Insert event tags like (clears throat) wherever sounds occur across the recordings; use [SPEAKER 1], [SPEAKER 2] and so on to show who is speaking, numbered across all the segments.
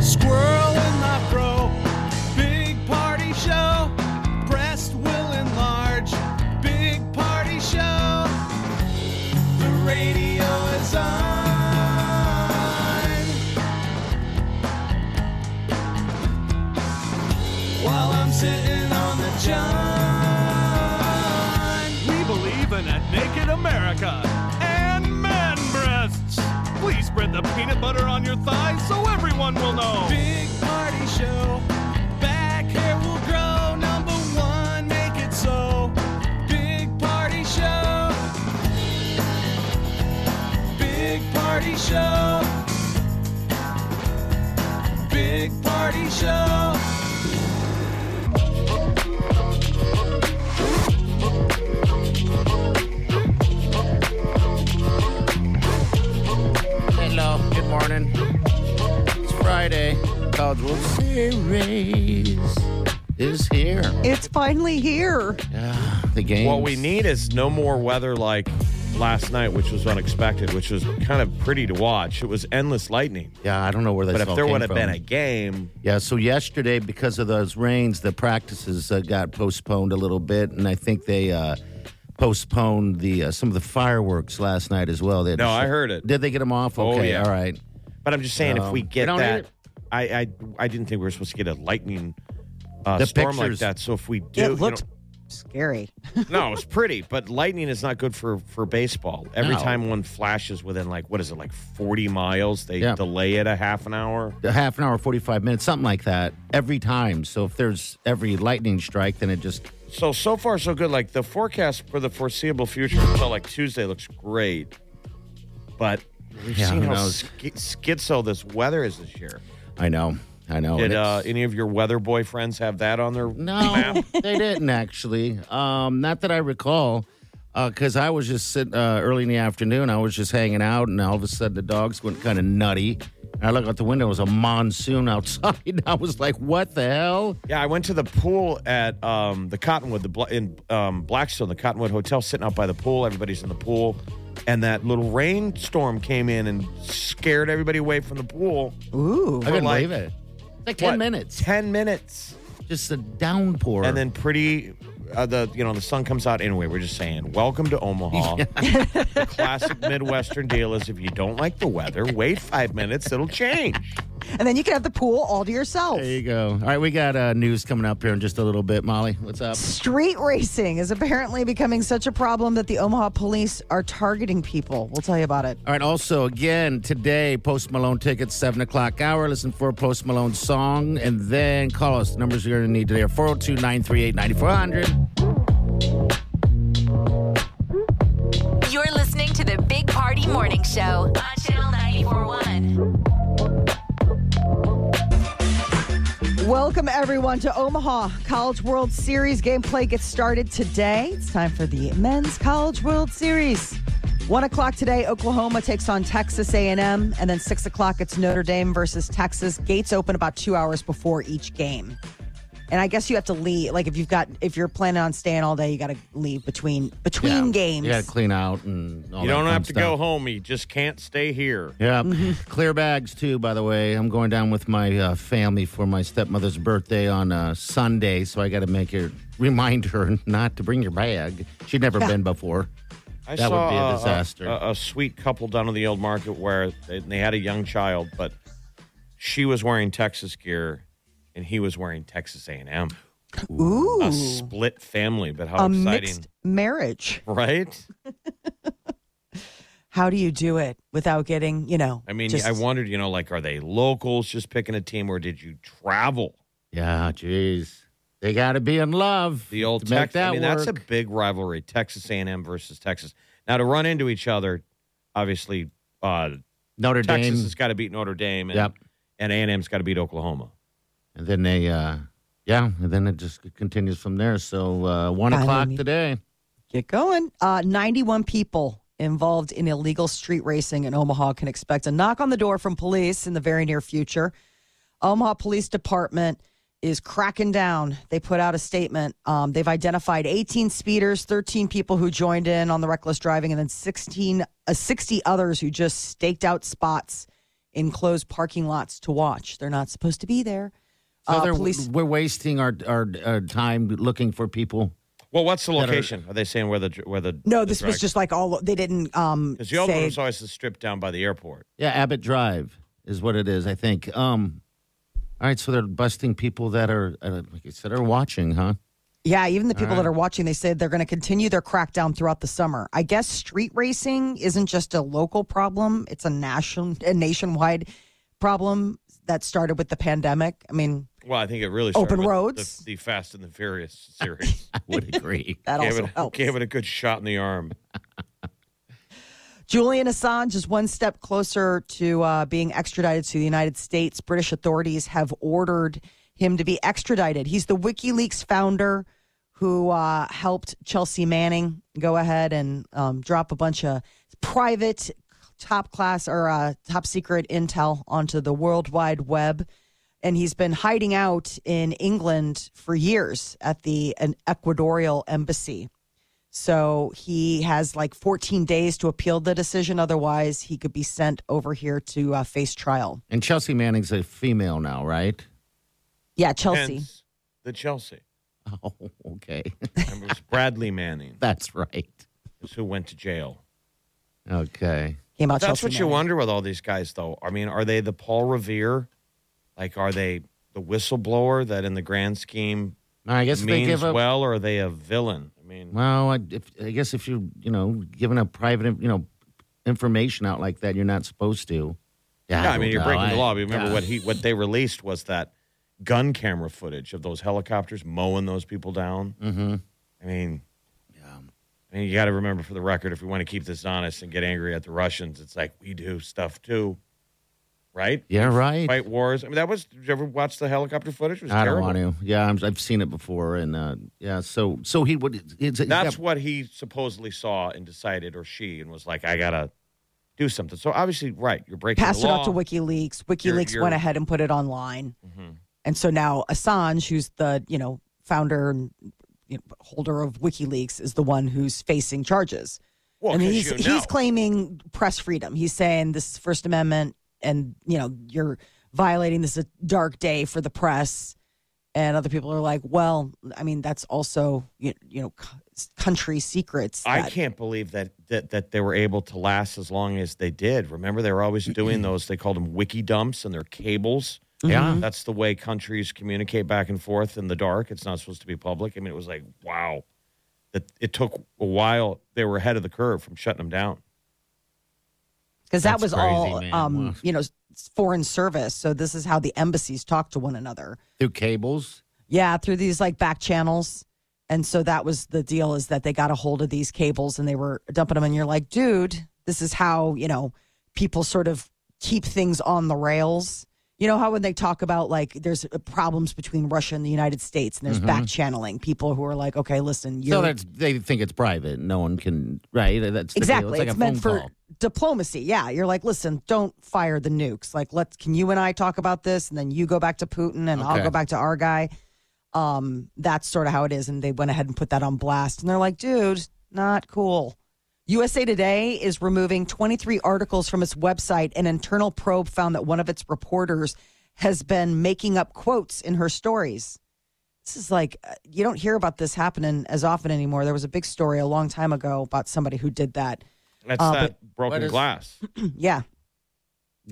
[SPEAKER 1] Squirrel in my fro, big party show. Breast will enlarge, big party show. The radio is on. While I'm sitting on the john. We believe in a naked America and man breasts. Please spread the peanut butter on your thighs so everyone will know. Big party show. Back hair will grow. Number one, make it so. Big party show. Big party show. Big party show.
[SPEAKER 2] Hello, good morning. It's Friday. College World Series is here.
[SPEAKER 3] It's finally here.
[SPEAKER 2] Yeah, the game.
[SPEAKER 4] What we need is no more weather like last night, which was unexpected, which was kind of pretty to watch. It was endless lightning.
[SPEAKER 2] Yeah, I don't know where that.
[SPEAKER 4] But if there would have been a game,
[SPEAKER 2] Yeah, so yesterday because of those rains, the practices uh, got postponed a little bit, and I think they uh, postponed the uh, some of the fireworks last night as well. They had to
[SPEAKER 4] No, I
[SPEAKER 2] shut-
[SPEAKER 4] heard it.
[SPEAKER 2] Did they get them off?
[SPEAKER 4] Oh,
[SPEAKER 2] Okay,
[SPEAKER 4] yeah.
[SPEAKER 2] all right.
[SPEAKER 4] but I'm just saying,
[SPEAKER 2] Um,
[SPEAKER 4] if
[SPEAKER 2] we
[SPEAKER 4] we get
[SPEAKER 2] don't
[SPEAKER 4] that,
[SPEAKER 2] need it.
[SPEAKER 4] I, I I didn't think we were supposed to get a lightning uh,
[SPEAKER 2] The
[SPEAKER 4] storm like
[SPEAKER 2] pictures-
[SPEAKER 4] that. So if we do, you
[SPEAKER 3] it looked scary.
[SPEAKER 4] know- no, it's pretty, but lightning is not good for for baseball. Every
[SPEAKER 2] No.
[SPEAKER 4] time one flashes within like what is it, like 40 miles, they
[SPEAKER 2] Yeah.
[SPEAKER 4] delay it a half an hour.
[SPEAKER 2] A half an hour, forty five minutes, something like that, every time. So if there's every lightning strike, then it just
[SPEAKER 4] So so far so good. Like the forecast for the foreseeable future until like Tuesday looks great, but we've
[SPEAKER 2] Yeah,
[SPEAKER 4] seen
[SPEAKER 2] who
[SPEAKER 4] how
[SPEAKER 2] knows?
[SPEAKER 4] ski schizo this weather is this year.
[SPEAKER 2] I know, I know.
[SPEAKER 4] Did
[SPEAKER 2] and
[SPEAKER 4] uh,
[SPEAKER 2] it's-
[SPEAKER 4] any of your weather boyfriends have that on their
[SPEAKER 2] No, they didn't actually. Um, not that I recall, because I was just sitting uh, early in the afternoon. I was just hanging out, and all of a sudden the dogs went kind of nutty. And I looked out the window; it was a monsoon outside. (laughs) I was like, "What the hell?"
[SPEAKER 4] Yeah, I went to the pool at um, the Cottonwood, the Bla- in um, Blackstone, the Cottonwood Hotel, sitting out by the pool. Everybody's in the pool, and that little rainstorm came in and scared everybody away from the pool.
[SPEAKER 3] Ooh.
[SPEAKER 2] I couldn't
[SPEAKER 4] like-
[SPEAKER 2] believe it. It's like ten
[SPEAKER 4] What?
[SPEAKER 2] minutes,
[SPEAKER 4] Ten minutes.
[SPEAKER 2] just a downpour.
[SPEAKER 4] and then pretty uh, the you know the sun comes out anyway we're just saying welcome
[SPEAKER 2] (laughs)
[SPEAKER 4] to omaha the classic midwestern deal is if you don't like the weather wait five minutes it'll change
[SPEAKER 3] And then you can have the pool all to yourself.
[SPEAKER 2] there you go. All right, we got uh, news coming up here in just a little bit. Molly, what's up?
[SPEAKER 3] Street racing is apparently becoming such a problem that the Omaha police are targeting people. We'll tell you about it.
[SPEAKER 2] All right. Also, again today, Post Malone tickets seven o'clock hour. Listen for a Post Malone song, and then call us. The numbers you're going to need today are 402-938-9400.
[SPEAKER 5] You're listening to the Big Party Morning Show on Channel 941.
[SPEAKER 3] Welcome, everyone, to Omaha College World Series. Gameplay gets started today. It's time for the Men's College World Series. One o'clock today, Oklahoma takes on Texas A&M, and then six o'clock it's Notre Dame versus Texas. Gates open about two hours before each game, and I guess you have to leave. Like if you've got, if you're planning on staying all day, you got to leave between between games.
[SPEAKER 2] You got to clean out and all
[SPEAKER 4] you
[SPEAKER 2] that
[SPEAKER 4] don't
[SPEAKER 2] fun
[SPEAKER 4] have to
[SPEAKER 2] stuff.
[SPEAKER 4] go home you just can't stay here
[SPEAKER 2] Yeah, clear bags too. By the way, I'm going down with my uh, family for my stepmother's birthday on uh, Sunday, so I got to make her remind her (laughs) not to bring your bag. She'd never been before.
[SPEAKER 4] I
[SPEAKER 2] That would
[SPEAKER 4] saw
[SPEAKER 2] be a
[SPEAKER 4] a- a-
[SPEAKER 2] disaster.
[SPEAKER 4] A, a sweet couple down in the old market where they, they had a young child but she was wearing texas gear and he was wearing texas a&m
[SPEAKER 3] Ooh,
[SPEAKER 4] a split family but how
[SPEAKER 3] a
[SPEAKER 4] exciting
[SPEAKER 3] mixed marriage.
[SPEAKER 4] right
[SPEAKER 3] How do you do it without getting, you know?
[SPEAKER 4] I mean,
[SPEAKER 3] just-
[SPEAKER 4] I wondered, you know, like, are they locals just picking a team or did you travel?
[SPEAKER 2] Yeah, jeez. They got to be in love.
[SPEAKER 4] The old
[SPEAKER 2] to make
[SPEAKER 4] Texas.
[SPEAKER 2] that
[SPEAKER 4] I mean, that's a
[SPEAKER 2] work.
[SPEAKER 4] big rivalry: Texas A&M versus Texas. Now to run into each other, obviously, uh,
[SPEAKER 2] Notre
[SPEAKER 4] Texas
[SPEAKER 2] Dame.
[SPEAKER 4] has got to beat Notre Dame, and,
[SPEAKER 2] Yep.
[SPEAKER 4] and A&M's got to beat Oklahoma.
[SPEAKER 2] And then they, uh, yeah, and then it just continues from there. So uh, one
[SPEAKER 3] Finally.
[SPEAKER 2] o'clock today.
[SPEAKER 3] Get going. Uh, 91 people involved in illegal street racing in Omaha can expect a knock on the door from police in the very near future. Omaha Police Department is cracking down. They put out a statement. Um, they've identified 18 speeders, 13 people who joined in on the reckless driving, and then 16, uh, 60 others who just staked out spots in closed parking lots to watch. They're not supposed to be there.
[SPEAKER 2] So
[SPEAKER 3] Uh,
[SPEAKER 2] they're-
[SPEAKER 3] police-
[SPEAKER 2] we're wasting our, our our time looking for people.
[SPEAKER 4] Well, what's the
[SPEAKER 2] That are-
[SPEAKER 4] location? Are, they saying where the where the
[SPEAKER 3] No,
[SPEAKER 4] the
[SPEAKER 3] this
[SPEAKER 4] drag-
[SPEAKER 3] was just like all they didn't um,
[SPEAKER 4] because the old one
[SPEAKER 3] say.
[SPEAKER 4] was always the strip down by the airport.
[SPEAKER 2] Yeah, Abbott Drive is what it is, I think. Um, all right, so they're busting people that are, uh, like I said, are watching, huh? (laughs)
[SPEAKER 3] Yeah, even the people that are watching, they said they're going to continue their crackdown throughout the summer. I guess street racing isn't just a local problem; it's a national, a nationwide problem that started with the pandemic. I mean,
[SPEAKER 4] Well, I think it really
[SPEAKER 3] Open
[SPEAKER 4] started with
[SPEAKER 3] roads?
[SPEAKER 4] the, the Fast and
[SPEAKER 3] (laughs)
[SPEAKER 4] the Furious series.
[SPEAKER 2] Would agree.
[SPEAKER 3] that
[SPEAKER 4] gave,
[SPEAKER 3] also
[SPEAKER 4] it,
[SPEAKER 3] helps.
[SPEAKER 4] gave it a good shot in the arm.
[SPEAKER 3] Julian Assange is one step closer to uh, being extradited to the United States. British authorities have ordered him to be extradited. He's the WikiLeaks founder who uh, helped Chelsea Manning go ahead and um, drop a bunch of private, top class, or uh, top secret intel onto the World Wide Web. And he's been hiding out in England for years at the an Ecuadorial embassy. So he has like 14 days to appeal the decision. Otherwise, he could be sent over here to uh, face trial.
[SPEAKER 2] And Chelsea Manning's a female now, right? (laughs)
[SPEAKER 3] Yeah, Chelsea.
[SPEAKER 4] Hence, the Chelsea.
[SPEAKER 2] Oh, okay. (laughs)
[SPEAKER 4] And it was Bradley Manning
[SPEAKER 2] That's right.
[SPEAKER 4] is who went to jail.
[SPEAKER 2] Okay.
[SPEAKER 3] Came out
[SPEAKER 4] That's
[SPEAKER 3] Chelsea
[SPEAKER 4] what you
[SPEAKER 3] Manning.
[SPEAKER 4] wonder with all these guys, though. I mean, are they the Paul Revere? Like, are they the whistleblower that, in the grand scheme,
[SPEAKER 2] All right, I guess if they
[SPEAKER 4] means
[SPEAKER 2] give up.
[SPEAKER 4] well, or are they a villain? I mean,
[SPEAKER 2] Well, I, if, I guess if you're, you know, giving up private, you know, information out like that, you're not supposed to. Yeah,
[SPEAKER 4] yeah, I mean,
[SPEAKER 2] don't
[SPEAKER 4] you're
[SPEAKER 2] know.
[SPEAKER 4] breaking
[SPEAKER 2] I-
[SPEAKER 4] the law. But remember
[SPEAKER 2] yeah.
[SPEAKER 4] what he what they released was that gun camera footage of those helicopters mowing those people down. Mm-hmm. I mean, I mean, you got to remember for the record, if we want to keep this honest and get angry at the Russians, it's like we do stuff too, right?
[SPEAKER 2] Yeah, right.
[SPEAKER 4] Fight wars. I mean, that was. Did you ever watch the helicopter footage? It was
[SPEAKER 2] I don't
[SPEAKER 4] terrible.
[SPEAKER 2] want to. Yeah, I'm, I've seen it before, and uh, yeah. So, so he would. It's, he's
[SPEAKER 4] That's
[SPEAKER 2] got-
[SPEAKER 4] what he supposedly saw and decided, or she, and was like, I gotta do something. So obviously, right, you're breaking
[SPEAKER 3] Passed
[SPEAKER 4] the
[SPEAKER 3] it
[SPEAKER 4] law.
[SPEAKER 3] off to WikiLeaks. WikiLeaks
[SPEAKER 4] you're- Mm-hmm.
[SPEAKER 3] went ahead and put it online. And so now Assange, who's the, you know, founder and you know, holder of WikiLeaks, is the one who's facing charges.
[SPEAKER 4] Well,
[SPEAKER 3] and
[SPEAKER 4] 'cause
[SPEAKER 3] he's,
[SPEAKER 4] you know.
[SPEAKER 3] he's claiming press freedom. He's saying this is First Amendment, and you know you're violating this is a dark day for the press. And other people are like, well, I mean, that's also you, you know c- country secrets.
[SPEAKER 4] I
[SPEAKER 3] that-
[SPEAKER 4] can't believe that, that that they were able to last as long as they did. Remember, they
[SPEAKER 3] (clears throat)
[SPEAKER 4] were always doing those. They called them wiki dumps and their cables.
[SPEAKER 3] Mm-hmm.
[SPEAKER 2] Yeah.
[SPEAKER 4] That's the way countries communicate back and forth in the dark. It's not supposed to be public. I mean, it was like wow, that it took a while. They were ahead of the curve from shutting them down.
[SPEAKER 3] because that was
[SPEAKER 2] That's crazy,
[SPEAKER 3] all,
[SPEAKER 2] man.
[SPEAKER 3] um,
[SPEAKER 2] Wow.
[SPEAKER 3] you know, s- foreign service. So this is how the embassies talk to one another.
[SPEAKER 2] through cables.
[SPEAKER 3] Yeah, through these like back channels. And so that was the deal is that they got a hold of these cables and they were dumping them. And you're like, dude, this is how, you know, people sort of keep things on the rails. You know how when they talk about like there's uh, problems between Russia and the United States and there's back channeling people who are like, okay, listen, you're
[SPEAKER 2] Mm-hmm. So that's they think it's private. No one can. Right. That's the deal.
[SPEAKER 3] exactly.
[SPEAKER 2] It's like a
[SPEAKER 3] meant
[SPEAKER 2] phone
[SPEAKER 3] for
[SPEAKER 2] call. (laughs)
[SPEAKER 3] diplomacy. Yeah, you're like, listen, don't fire the nukes. Like, let's can you and I talk about this, and then you go back to Putin, and I'll
[SPEAKER 2] Okay.
[SPEAKER 3] go back to our guy. Um, that's sort of how it is, and they went ahead and put that on blast, and they're like, dude, not cool. USA Today is removing 23 articles from its website. An internal probe found that one of its reporters has been making up quotes in her stories this is like uh, you don't hear about this happening as often anymore. There was a big story a long time ago about somebody who did that.
[SPEAKER 4] That's
[SPEAKER 3] Uh,
[SPEAKER 4] that broken
[SPEAKER 2] What
[SPEAKER 3] (clears throat)
[SPEAKER 2] is-
[SPEAKER 4] glass.
[SPEAKER 3] Yeah.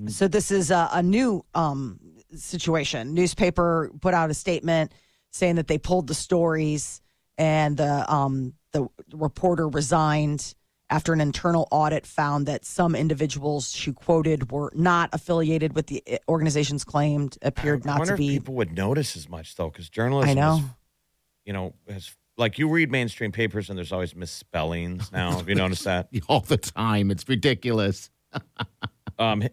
[SPEAKER 3] So this is a, a new um, situation. Newspaper put out a statement saying that they pulled the stories and the um, the reporter resigned after an internal audit found that some individuals she quoted were not affiliated with the organizations claimed appeared
[SPEAKER 4] I
[SPEAKER 3] not
[SPEAKER 4] wonder
[SPEAKER 3] to
[SPEAKER 4] if
[SPEAKER 3] be.
[SPEAKER 4] people would notice as much though, because journalism
[SPEAKER 3] I
[SPEAKER 4] is
[SPEAKER 3] know.
[SPEAKER 4] you know, has like you read mainstream papers and there's
[SPEAKER 3] (laughs)
[SPEAKER 4] always misspellings now. Have you noticed that?
[SPEAKER 2] all the time. It's ridiculous.
[SPEAKER 4] Um,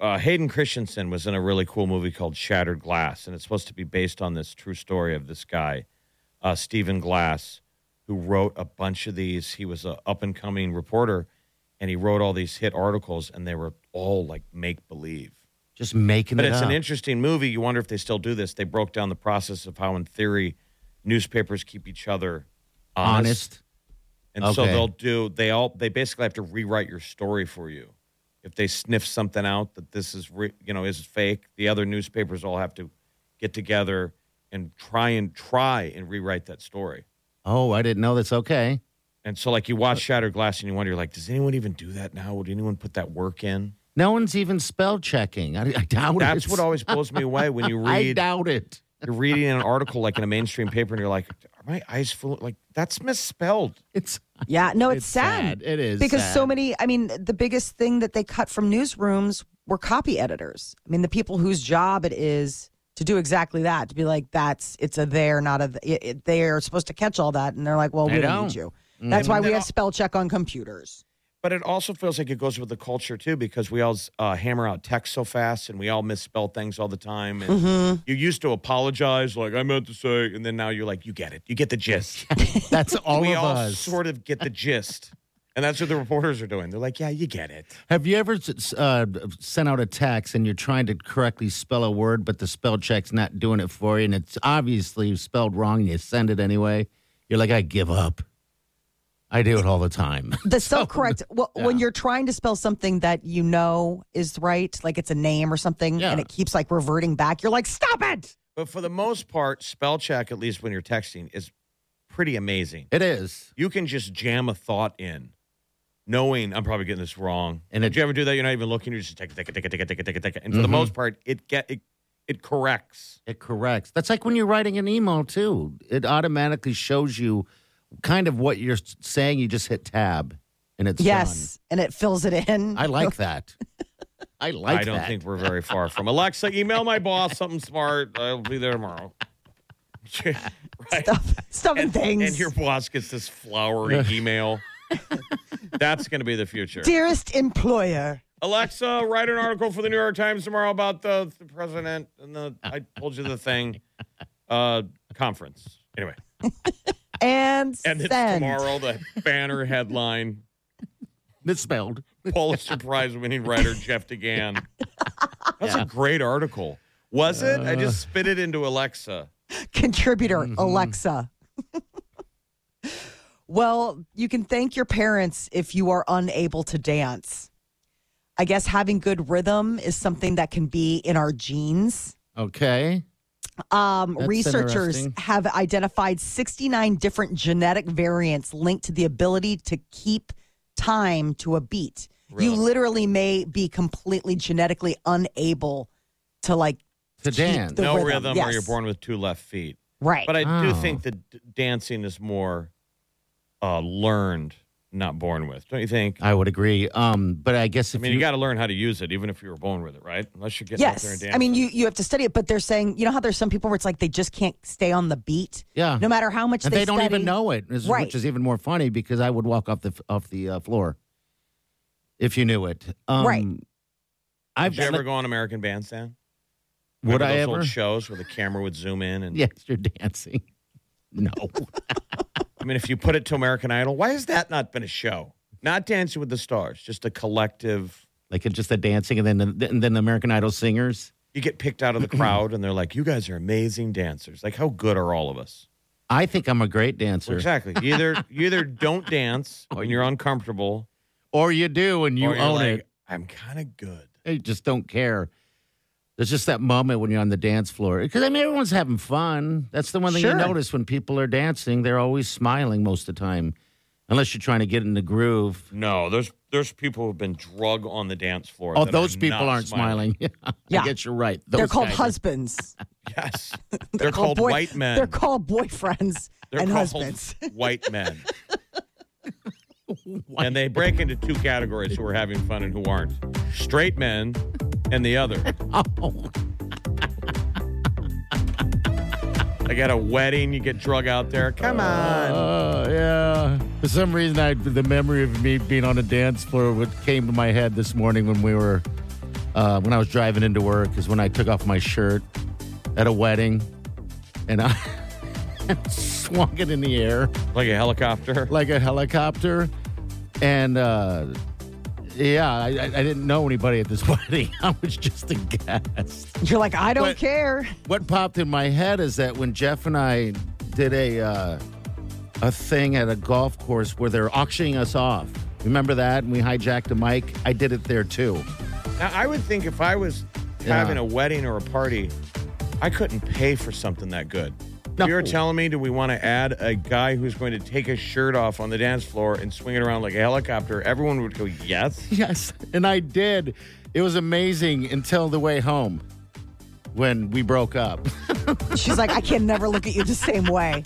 [SPEAKER 4] uh, Hayden Christensen was in a really cool movie called Shattered Glass, and it's supposed to be based on this true story of this guy, uh, Stephen Glass, who wrote a bunch of these. He was an up and coming reporter, and he wrote all these hit articles, and they were all like make believe.
[SPEAKER 2] Just making
[SPEAKER 4] But
[SPEAKER 2] it
[SPEAKER 4] it's
[SPEAKER 2] up.
[SPEAKER 4] an interesting movie. You wonder if they still do this. They broke down the process of how, in theory, newspapers keep each other honest.
[SPEAKER 2] honest.
[SPEAKER 4] And so
[SPEAKER 2] Okay.
[SPEAKER 4] they'll do they all they basically have to rewrite your story for you. If they sniff something out that this is re, you know is fake, the other newspapers all have to get together and try and try and rewrite that story.
[SPEAKER 2] Oh, I didn't know that's okay.
[SPEAKER 4] And so like you watch
[SPEAKER 2] Uh,
[SPEAKER 4] Shattered Glass and you wonder like does anyone even do that now? Would anyone put that work in?
[SPEAKER 2] No one's even spell checking. I, I doubt it.
[SPEAKER 4] That's what always blows me away when
[SPEAKER 2] (laughs)
[SPEAKER 4] you
[SPEAKER 2] I
[SPEAKER 4] read
[SPEAKER 2] doubt it.
[SPEAKER 4] you're reading an article like in a mainstream paper and you're like are my eyes full like that's misspelled.
[SPEAKER 2] It's
[SPEAKER 3] Yeah, no, it's,
[SPEAKER 2] It's sad. It is
[SPEAKER 3] because so
[SPEAKER 2] sad.
[SPEAKER 3] many. I mean, the biggest thing that they cut from newsrooms were copy editors. I mean, the people whose job it is to do exactly that to be like, that's it's a there, not a th- it, it- they're supposed to catch all that, and they're like, well,
[SPEAKER 2] They
[SPEAKER 3] we don't
[SPEAKER 2] don't. Mm-hmm.
[SPEAKER 3] need you. That's why we have spell check on computers.
[SPEAKER 4] But it also feels like it goes with the culture too, because we all uh, hammer out text so fast, and we all misspell things all the time. And
[SPEAKER 2] Mm-hmm.
[SPEAKER 4] you used to apologize, like I meant to say, and then now you're like, you get it, you get the gist.
[SPEAKER 2] that's (laughs) all
[SPEAKER 4] we
[SPEAKER 2] of
[SPEAKER 4] all
[SPEAKER 2] us.
[SPEAKER 4] sort of get the gist, and that's what the reporters are doing. They're like, yeah, you get it.
[SPEAKER 2] Have you ever uh, sent out a text and you're trying to correctly spell a word, but the spell check's not doing it for you, and it's obviously spelled wrong, and you send it anyway? You're like, I give up. I do it all the time. (laughs)
[SPEAKER 3] The self-correct well, when you're trying to spell something that you know is right, like it's a name or something,
[SPEAKER 2] Yeah.
[SPEAKER 3] and it keeps like reverting back. You're like, stop it.
[SPEAKER 4] But for the most part, spell check, at least when you're texting, is pretty amazing.
[SPEAKER 2] It is.
[SPEAKER 4] You can just jam a thought in, knowing I'm probably getting this wrong.
[SPEAKER 2] And
[SPEAKER 4] And
[SPEAKER 2] it- Mm-hmm.
[SPEAKER 4] did you ever do that? You're not even looking. You're just tick tick tick tick tick tick tick tick. And for the most part, it get it, it corrects.
[SPEAKER 2] It corrects. That's like when you're writing an email, too. It automatically shows you kind of what you're s- saying. You just hit tab, and it's
[SPEAKER 3] Yes, and it fills it in.
[SPEAKER 2] done.
[SPEAKER 3] (laughs)
[SPEAKER 2] I like that. I like
[SPEAKER 4] I don't
[SPEAKER 2] that.
[SPEAKER 4] think we're very far from Alexa. Email my boss something smart. I'll be there tomorrow. right?
[SPEAKER 3] Stubborn
[SPEAKER 4] And,
[SPEAKER 3] things.
[SPEAKER 4] and your boss gets
[SPEAKER 2] (laughs)
[SPEAKER 4] this flowery email. That's going to be the future.
[SPEAKER 3] dearest employer.
[SPEAKER 4] Alexa, write an article for the New York Times tomorrow about the, the president and the I told you the thing uh, conference. Anyway.
[SPEAKER 3] And,
[SPEAKER 4] And it's
[SPEAKER 3] send.
[SPEAKER 4] tomorrow the banner headline
[SPEAKER 2] misspelled.
[SPEAKER 4] Pulitzer Prize winning writer Jeff DeGan. That's a great article. Was it? I just spit it into Alexa.
[SPEAKER 3] Contributor
[SPEAKER 2] Mm-hmm.
[SPEAKER 3] Alexa. (laughs) well, you can thank your parents if you are unable to dance. I guess having good rhythm is something that can be in our genes.
[SPEAKER 2] Okay.
[SPEAKER 3] Um,
[SPEAKER 2] That's
[SPEAKER 3] researchers
[SPEAKER 2] interesting.
[SPEAKER 3] have identified 69 different genetic variants linked to the ability to keep time to a beat. You literally may be completely genetically unable to like
[SPEAKER 2] To
[SPEAKER 3] keep
[SPEAKER 2] dance.
[SPEAKER 3] the
[SPEAKER 4] no rhythm, or you're
[SPEAKER 3] Yes.
[SPEAKER 4] born with two left feet.
[SPEAKER 3] right.
[SPEAKER 4] But I
[SPEAKER 2] Oh.
[SPEAKER 4] do think that d- dancing is more uh, learned, not born with. Don't you think? I,
[SPEAKER 2] I would agree. Um, but I guess if
[SPEAKER 4] mean,
[SPEAKER 2] you,
[SPEAKER 4] you, got to learn how to use it, even if you were born with it, right? Unless you're getting out there and
[SPEAKER 3] Yes.
[SPEAKER 4] dancing.
[SPEAKER 3] I mean, you, you have to study it, but they're saying, you know how there's some people where it's like they just can't stay on the beat?
[SPEAKER 2] Yeah.
[SPEAKER 3] No matter how much
[SPEAKER 2] and
[SPEAKER 3] they
[SPEAKER 2] they, don't
[SPEAKER 3] study.
[SPEAKER 2] even know it, is-
[SPEAKER 3] Right.
[SPEAKER 2] which is even more funny because I would walk off the f- off the uh, floor if you knew it. Um,
[SPEAKER 3] Right.
[SPEAKER 2] I've
[SPEAKER 4] Did you ever
[SPEAKER 2] like,
[SPEAKER 4] go on American Bandstand?
[SPEAKER 2] would
[SPEAKER 4] Remember
[SPEAKER 2] I
[SPEAKER 4] those
[SPEAKER 2] ever?
[SPEAKER 4] Old shows where the camera would zoom in,
[SPEAKER 2] (laughs)
[SPEAKER 4] and
[SPEAKER 2] Yes, you're dancing. (laughs) No,
[SPEAKER 4] I mean, if you put it to American Idol, why has that not been a show? Not Dancing with the Stars, just a collective.
[SPEAKER 2] like it's just the dancing, and then the, and then the American Idol singers.
[SPEAKER 4] You get
[SPEAKER 2] (clears throat)
[SPEAKER 4] picked out of the crowd, and they're like, "You guys are amazing dancers. Like, how good are all of us?"
[SPEAKER 2] I think I'm a great dancer,
[SPEAKER 4] Exactly.
[SPEAKER 2] (laughs)
[SPEAKER 4] You either you either don't dance, and you're uncomfortable,
[SPEAKER 2] or you do, and you
[SPEAKER 4] or you're
[SPEAKER 2] own
[SPEAKER 4] like,
[SPEAKER 2] it.
[SPEAKER 4] I'm kind of good.
[SPEAKER 2] They just don't care. There's just that moment when you're on the dance floor because I mean everyone's having fun. That's the one thing you
[SPEAKER 3] Sure.
[SPEAKER 2] notice when people are dancing; they're always smiling most of the time, unless you're trying to get in the groove.
[SPEAKER 4] No, there's there's people who've been drug on the dance floor.
[SPEAKER 2] Oh,
[SPEAKER 4] that
[SPEAKER 2] those
[SPEAKER 4] are
[SPEAKER 2] people
[SPEAKER 4] not
[SPEAKER 2] aren't smiling.
[SPEAKER 3] Yeah.
[SPEAKER 2] (laughs) I guess you're right.
[SPEAKER 3] They're
[SPEAKER 2] Those
[SPEAKER 3] called
[SPEAKER 2] guys are-
[SPEAKER 3] husbands.
[SPEAKER 2] (laughs)
[SPEAKER 4] Yes, (laughs) they're,
[SPEAKER 2] Oh,
[SPEAKER 4] called
[SPEAKER 3] boy-
[SPEAKER 4] white men.
[SPEAKER 3] They're called boyfriends
[SPEAKER 4] (laughs) They're
[SPEAKER 3] and
[SPEAKER 4] called
[SPEAKER 3] husbands. (laughs)
[SPEAKER 4] white men. and they break into two categories who are having fun and who aren't straight men
[SPEAKER 3] (laughs) Oh,
[SPEAKER 4] and the other.
[SPEAKER 2] Oh,
[SPEAKER 4] Like at a wedding, you get drug out there. Come on.
[SPEAKER 2] Uh, yeah. For some reason, I the memory of me being on a dance floor what came to my head this morning when we were uh, when I was driving into work is when I took off my shirt at a wedding, and I (laughs) swung it in the air
[SPEAKER 4] Like a helicopter.
[SPEAKER 2] like a helicopter, and. uh yeah, I, I I didn't know anybody at this (laughs) wedding. I was just aghast
[SPEAKER 3] You're like, I don't
[SPEAKER 2] But-
[SPEAKER 3] care.
[SPEAKER 2] what popped in my head is that when Jeff and I did a uh, a thing at a golf course where they're auctioning us off. Remember that? And we hijacked a mic. I did it there too.
[SPEAKER 4] Now, I would think if I was
[SPEAKER 2] Yeah.
[SPEAKER 4] having a wedding or a party, I couldn't pay for something that good.
[SPEAKER 2] No.
[SPEAKER 4] You're telling me, do we want to add a guy who's going to take his shirt off on the dance floor and swing it around like a helicopter? Everyone would go, yes.
[SPEAKER 2] (laughs) Yes, and I did. It was amazing until the way home when we broke up. (laughs)
[SPEAKER 3] She's like, I can never look at you the same way.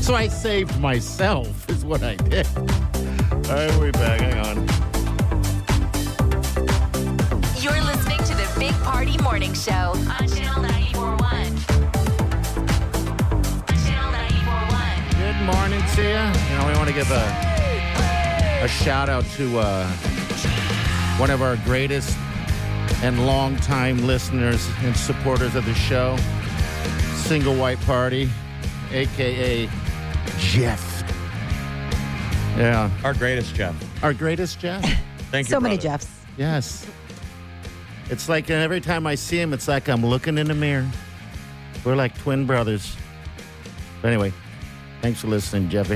[SPEAKER 2] so I saved myself, is what I did. All right, we're back. Hang on.
[SPEAKER 5] You're listening to the Big Party Morning Show on Channel 941. On Channel 941.
[SPEAKER 2] Good morning to you. You know, we want to give a a shout out to uh, one of our greatest and longtime listeners and supporters of the show, Single White Party, aka Jeff. Yeah,
[SPEAKER 4] Our greatest Jeff.
[SPEAKER 2] our greatest Jeff.
[SPEAKER 4] Thank you.
[SPEAKER 3] So many
[SPEAKER 4] brother.
[SPEAKER 3] Jeffs.
[SPEAKER 2] Yes. It's like every time I see him, it's like I'm looking in the mirror. We're like twin brothers. But anyway, thanks for listening, Jeffy.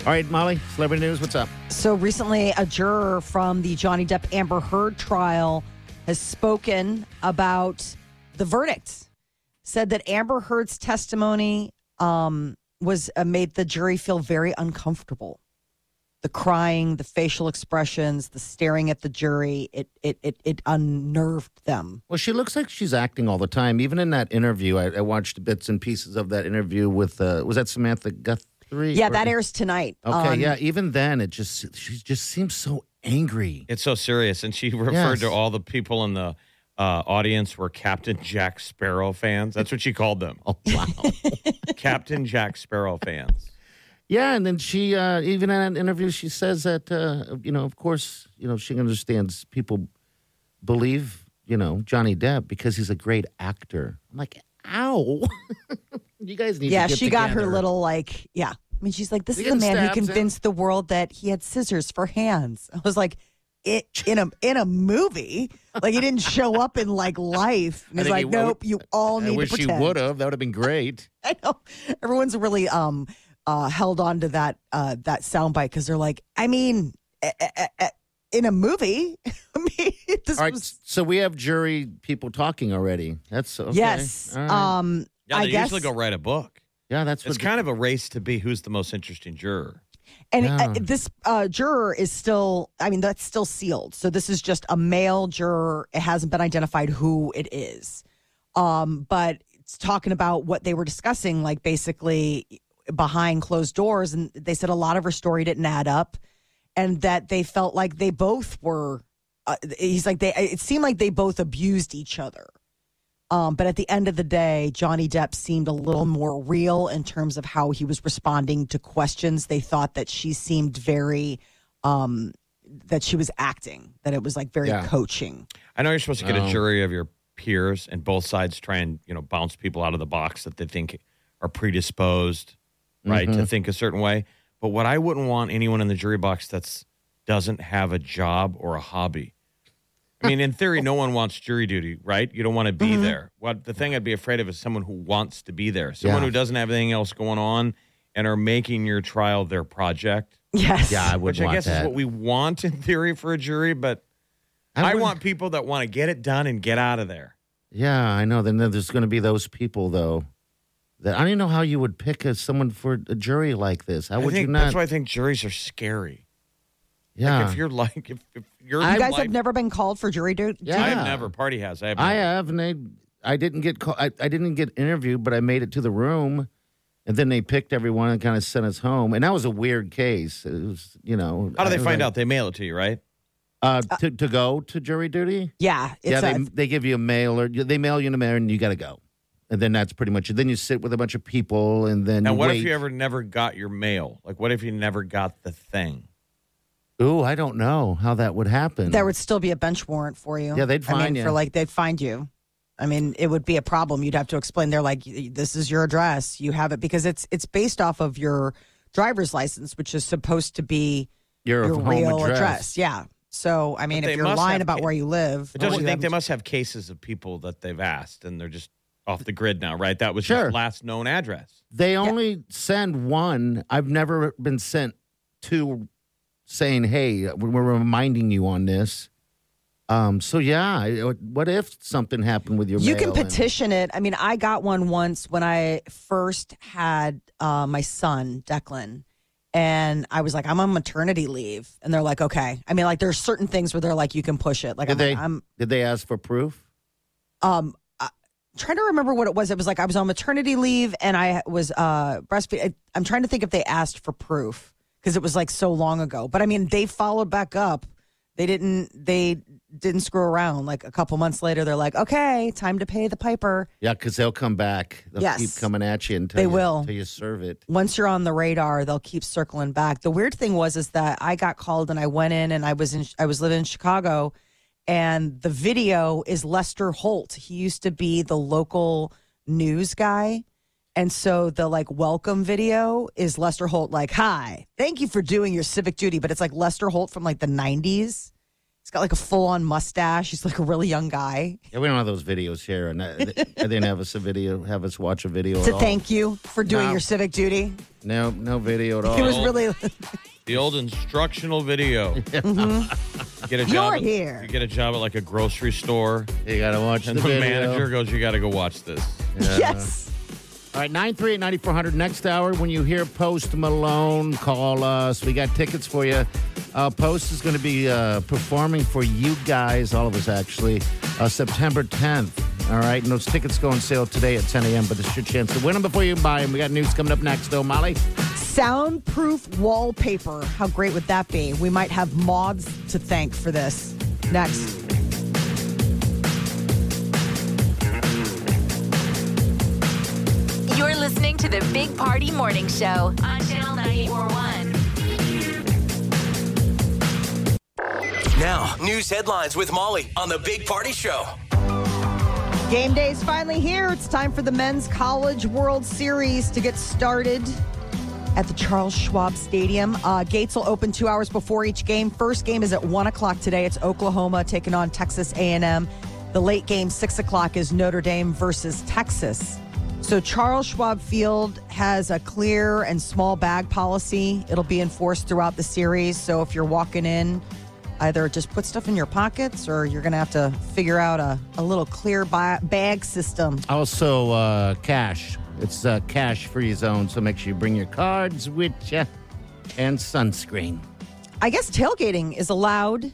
[SPEAKER 2] All right, Molly, celebrity news, what's up?
[SPEAKER 3] So recently, a juror from the Johnny Depp Amber Heard trial has spoken about the verdict. Said that Amber Heard's testimony um, was uh, made the jury feel very uncomfortable. The crying, the facial expressions, the staring at the jury, it it it, it unnerved them.
[SPEAKER 2] Well, she looks like she's acting all the time. Even in that interview, I, I watched bits and pieces of that interview with, uh, was that Samantha Guthrie?
[SPEAKER 3] Yeah,
[SPEAKER 2] Or-
[SPEAKER 3] that airs tonight.
[SPEAKER 2] Okay,
[SPEAKER 3] on-
[SPEAKER 2] yeah, even then, it just, she just seems so angry.
[SPEAKER 4] It's so serious. And she (laughs) referred
[SPEAKER 2] Yes.
[SPEAKER 4] to all the people in the uh, audience were Captain Jack Sparrow fans. That's what she
[SPEAKER 3] (laughs)
[SPEAKER 4] called them.
[SPEAKER 2] Oh, wow.
[SPEAKER 4] Captain Jack Sparrow fans.
[SPEAKER 2] Yeah, and then she uh, even in an interview she says that uh, you know, of course, you know, she understands people believe you know Johnny Depp because he's a great actor. I'm like, ow, (laughs) you guys need.
[SPEAKER 3] Yeah,
[SPEAKER 2] to get
[SPEAKER 3] she got her
[SPEAKER 2] together.
[SPEAKER 3] little like, yeah. I mean, she's like, this
[SPEAKER 2] We
[SPEAKER 3] is the
[SPEAKER 2] getting
[SPEAKER 3] man who
[SPEAKER 2] stabs in.
[SPEAKER 3] convinced the world that he had scissors for hands. (laughs) I was like, it, in a in a movie, like he didn't show up in like life. And
[SPEAKER 2] I
[SPEAKER 3] it's
[SPEAKER 2] think he
[SPEAKER 3] like,
[SPEAKER 2] would-
[SPEAKER 3] nope, you all
[SPEAKER 2] I
[SPEAKER 3] need
[SPEAKER 2] wish
[SPEAKER 3] to
[SPEAKER 2] she
[SPEAKER 3] pretend.
[SPEAKER 2] would have. That would have been great.
[SPEAKER 3] (laughs) I know everyone's really um uh held on to that uh that soundbite because they're like, I mean, eh, eh, eh, eh, in a movie, (laughs) I mean, this
[SPEAKER 2] All right,
[SPEAKER 3] was
[SPEAKER 2] so we have jury people talking already. That's okay.
[SPEAKER 3] yes.
[SPEAKER 2] All right.
[SPEAKER 3] Um,
[SPEAKER 4] Yeah,
[SPEAKER 3] I
[SPEAKER 4] they
[SPEAKER 3] guess
[SPEAKER 4] usually go write a book.
[SPEAKER 2] yeah, that's
[SPEAKER 4] It's
[SPEAKER 2] what
[SPEAKER 4] kind of a race to be who's the most interesting juror.
[SPEAKER 3] And
[SPEAKER 2] Yeah.
[SPEAKER 3] uh, this uh, juror is still, I mean, that's still sealed. So this is just a male juror. It hasn't been identified who it is. Um, but it's talking about what they were discussing, like basically behind closed doors. And they said a lot of her story didn't add up and that they felt like they both were, uh, he's like, they, it seemed like they both abused each other. Um, but at the end of the day, Johnny Depp seemed a little more real in terms of how he was responding to questions. They thought that she seemed very, um, that she was acting, that it was like very
[SPEAKER 2] Yeah.
[SPEAKER 3] coaching. (laughs)
[SPEAKER 4] I know you're supposed to get
[SPEAKER 2] Oh.
[SPEAKER 4] a jury of your peers, and both sides try and you know bounce people out of the box that they think are predisposed, right,
[SPEAKER 2] Mm-hmm.
[SPEAKER 4] to think a certain way. But what I wouldn't want anyone in the jury box that's doesn't have a job or a hobby. I mean, in theory, no one wants jury duty, right? You don't want to be there. What the thing I'd be afraid of is someone who wants to be there, someone
[SPEAKER 2] Mm-hmm. Yeah.
[SPEAKER 4] who doesn't have anything else going on, and are making your trial their project.
[SPEAKER 3] Yes.
[SPEAKER 2] yeah, I would
[SPEAKER 4] Which
[SPEAKER 2] want
[SPEAKER 4] I guess is
[SPEAKER 2] that.
[SPEAKER 4] what we want in theory for a jury, but I,
[SPEAKER 2] would-
[SPEAKER 4] want people that want to get it done and get out of there.
[SPEAKER 2] Yeah, I know. Then there's going to be those people though. That I don't even know how you would pick a, someone for a jury like this. How
[SPEAKER 4] I
[SPEAKER 2] would
[SPEAKER 4] think,
[SPEAKER 2] you not?
[SPEAKER 4] That's why I think juries are scary.
[SPEAKER 2] yeah.
[SPEAKER 4] Like if you're like, if, if you're
[SPEAKER 2] I-
[SPEAKER 3] You guys
[SPEAKER 4] like,
[SPEAKER 3] have never been called for jury duty?
[SPEAKER 2] Yeah.
[SPEAKER 4] I have never. Party has. I have.
[SPEAKER 2] I
[SPEAKER 4] never.
[SPEAKER 2] have, and they, I didn't get call, I, I didn't get interviewed, but I made it to the room, and then they picked everyone and kind of sent us home. And that was a weird case. It was, you know, uh,
[SPEAKER 4] How do
[SPEAKER 2] I
[SPEAKER 4] they
[SPEAKER 2] was
[SPEAKER 4] find
[SPEAKER 2] like,
[SPEAKER 4] out? They mail it to you, right?
[SPEAKER 2] uh, to to go to jury duty?
[SPEAKER 3] Yeah. It's
[SPEAKER 2] yeah,
[SPEAKER 3] a-
[SPEAKER 2] they they give you a mail or they mail you a mail and you got to go. and then that's pretty much it. Then you sit with a bunch of people, and then
[SPEAKER 4] Now,
[SPEAKER 2] you
[SPEAKER 4] what
[SPEAKER 2] wait.
[SPEAKER 4] if you ever never got your mail? Like, what if you never got the thing?
[SPEAKER 2] Ooh, I don't know how that would happen.
[SPEAKER 3] There would still be a bench warrant for you.
[SPEAKER 2] Yeah, they'd
[SPEAKER 3] I
[SPEAKER 2] find
[SPEAKER 3] mean,
[SPEAKER 2] you.
[SPEAKER 3] For like, they'd find you. I mean, it would be a problem. You'd have to explain. They're like, this is your address. You have it because it's it's based off of your driver's license, which is supposed to be
[SPEAKER 2] your,
[SPEAKER 3] your
[SPEAKER 2] home
[SPEAKER 3] real address.
[SPEAKER 2] address.
[SPEAKER 3] Yeah. So, I mean,
[SPEAKER 4] But they
[SPEAKER 3] if you're
[SPEAKER 4] must
[SPEAKER 3] lying
[SPEAKER 4] have
[SPEAKER 3] about
[SPEAKER 4] ca-
[SPEAKER 3] where you live, oh,
[SPEAKER 4] But don't
[SPEAKER 3] what
[SPEAKER 4] you
[SPEAKER 3] would
[SPEAKER 4] think
[SPEAKER 3] happen
[SPEAKER 4] they
[SPEAKER 3] to-
[SPEAKER 4] must have cases of people that they've asked and they're just off the grid now, right? That was
[SPEAKER 2] Sure.
[SPEAKER 4] your last known address.
[SPEAKER 2] They only send one. I've never been sent two saying, "Hey, we're reminding you on this." Um. So yeah, I- what if something happened with your?
[SPEAKER 3] You
[SPEAKER 2] mail
[SPEAKER 3] can
[SPEAKER 2] and-
[SPEAKER 3] petition it. I mean, I got one once when I first had uh, my son, Declan, and I was like, I'm on maternity leave. And they're like, okay. I mean, like, there's certain things where they're like, you can push it. Like,
[SPEAKER 2] Did
[SPEAKER 3] I'm,
[SPEAKER 2] they?
[SPEAKER 3] like, I'm
[SPEAKER 2] did they ask for proof?
[SPEAKER 3] um, I- trying to remember what it was. It was like I was on maternity leave and I was uh, breastfeeding. I'm trying to think if they asked for proof because it was like so long ago. But I mean, they followed back up. They didn't. They didn't screw around. Like a couple months later, they're like, okay, time to pay the piper.
[SPEAKER 2] Yeah, because they'll come back. They'll
[SPEAKER 3] Yes.
[SPEAKER 2] keep coming at you until
[SPEAKER 3] They
[SPEAKER 2] you,
[SPEAKER 3] will.
[SPEAKER 2] until you serve it.
[SPEAKER 3] once you're on the radar, they'll keep circling back. The weird thing was is that I got called and I went in and I was in I was living in Chicago, and the video is Lester Holt. He used to be the local news guy. And so the like welcome video is Lester Holt like, "Hi, thank you for doing your civic duty," but it's like Lester Holt from like the '90s. He's got like a full-on mustache. He's like a really young guy.
[SPEAKER 2] Yeah, we don't have those videos here, and I, (laughs) they didn't have us a video, have us watch a video at
[SPEAKER 3] To
[SPEAKER 2] all.
[SPEAKER 3] thank you for doing
[SPEAKER 2] No.
[SPEAKER 3] your civic duty.
[SPEAKER 2] no, no video at all.
[SPEAKER 3] It was really (laughs)
[SPEAKER 4] The old
[SPEAKER 2] (laughs)
[SPEAKER 4] instructional video. Get a job
[SPEAKER 3] You're
[SPEAKER 4] at-
[SPEAKER 3] here.
[SPEAKER 4] You get a job at like a grocery store,
[SPEAKER 2] you gotta watch
[SPEAKER 4] and
[SPEAKER 2] the,
[SPEAKER 4] the,
[SPEAKER 2] video.
[SPEAKER 4] manager goes, "You got to go watch this."
[SPEAKER 3] yes.
[SPEAKER 2] All right, 938 9400. Next hour, when you hear Post Malone, call us. We got tickets for you. Uh, Post is going to be uh, performing for you guys, all of us actually, uh, September 10th. All right, and those tickets go on sale today at 10 a.m., but there's your chance to win them before you buy them. We got news coming up next, though, Molly.
[SPEAKER 3] soundproof wallpaper. How great would that be? We might have moths to thank for this. Next.
[SPEAKER 5] You're listening to the Big Party Morning Show on Channel 941.
[SPEAKER 6] Now, news headlines with Molly on the Big Party Show.
[SPEAKER 3] Game day is finally here. It's time for the Men's College World Series to get started at the Charles Schwab Stadium. Uh, gates will open two hours before each game. First game is at one o'clock today. It's Oklahoma taking on Texas A&M. The late game, six o'clock, is Notre Dame versus Texas. So Charles Schwab Field has a clear and small bag policy. It'll be enforced throughout the series. So if you're walking in, either just put stuff in your pockets or you're going to have to figure out a, a little clear bi- bag system.
[SPEAKER 2] Also, uh, cash. It's uh, cash free zone, so make sure you bring your cards with you and sunscreen.
[SPEAKER 3] I guess tailgating is allowed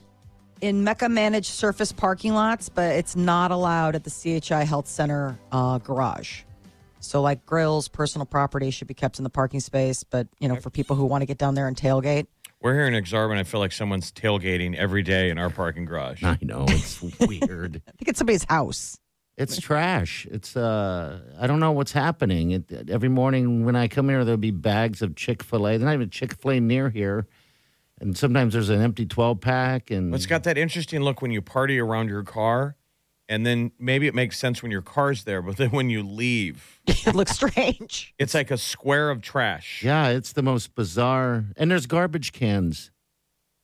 [SPEAKER 3] in Mecca managed surface parking lots, but it's not allowed at the CHI Health Center uh, garage. So, like grills, personal property should be kept in the parking space. But, you know, for people who want to get down there and tailgate,
[SPEAKER 4] We're here in Exarban. I feel like someone's tailgating every day in our parking garage.
[SPEAKER 2] I know, it's weird.
[SPEAKER 3] I think it's somebody's house.
[SPEAKER 2] It's trash. It's uh, I don't know what's happening. It, every morning when I come here, there'll be bags of Chick Fil A. There's not even Chick Fil A near here, and sometimes there's an empty twelve pack. And
[SPEAKER 4] Well, It's got that interesting look when you party around your car, and then maybe it makes sense when your car's there, but then when you leave,
[SPEAKER 3] it looks (laughs) strange.
[SPEAKER 4] it's like a square of trash.
[SPEAKER 2] yeah, it's the most bizarre. And there's garbage cans.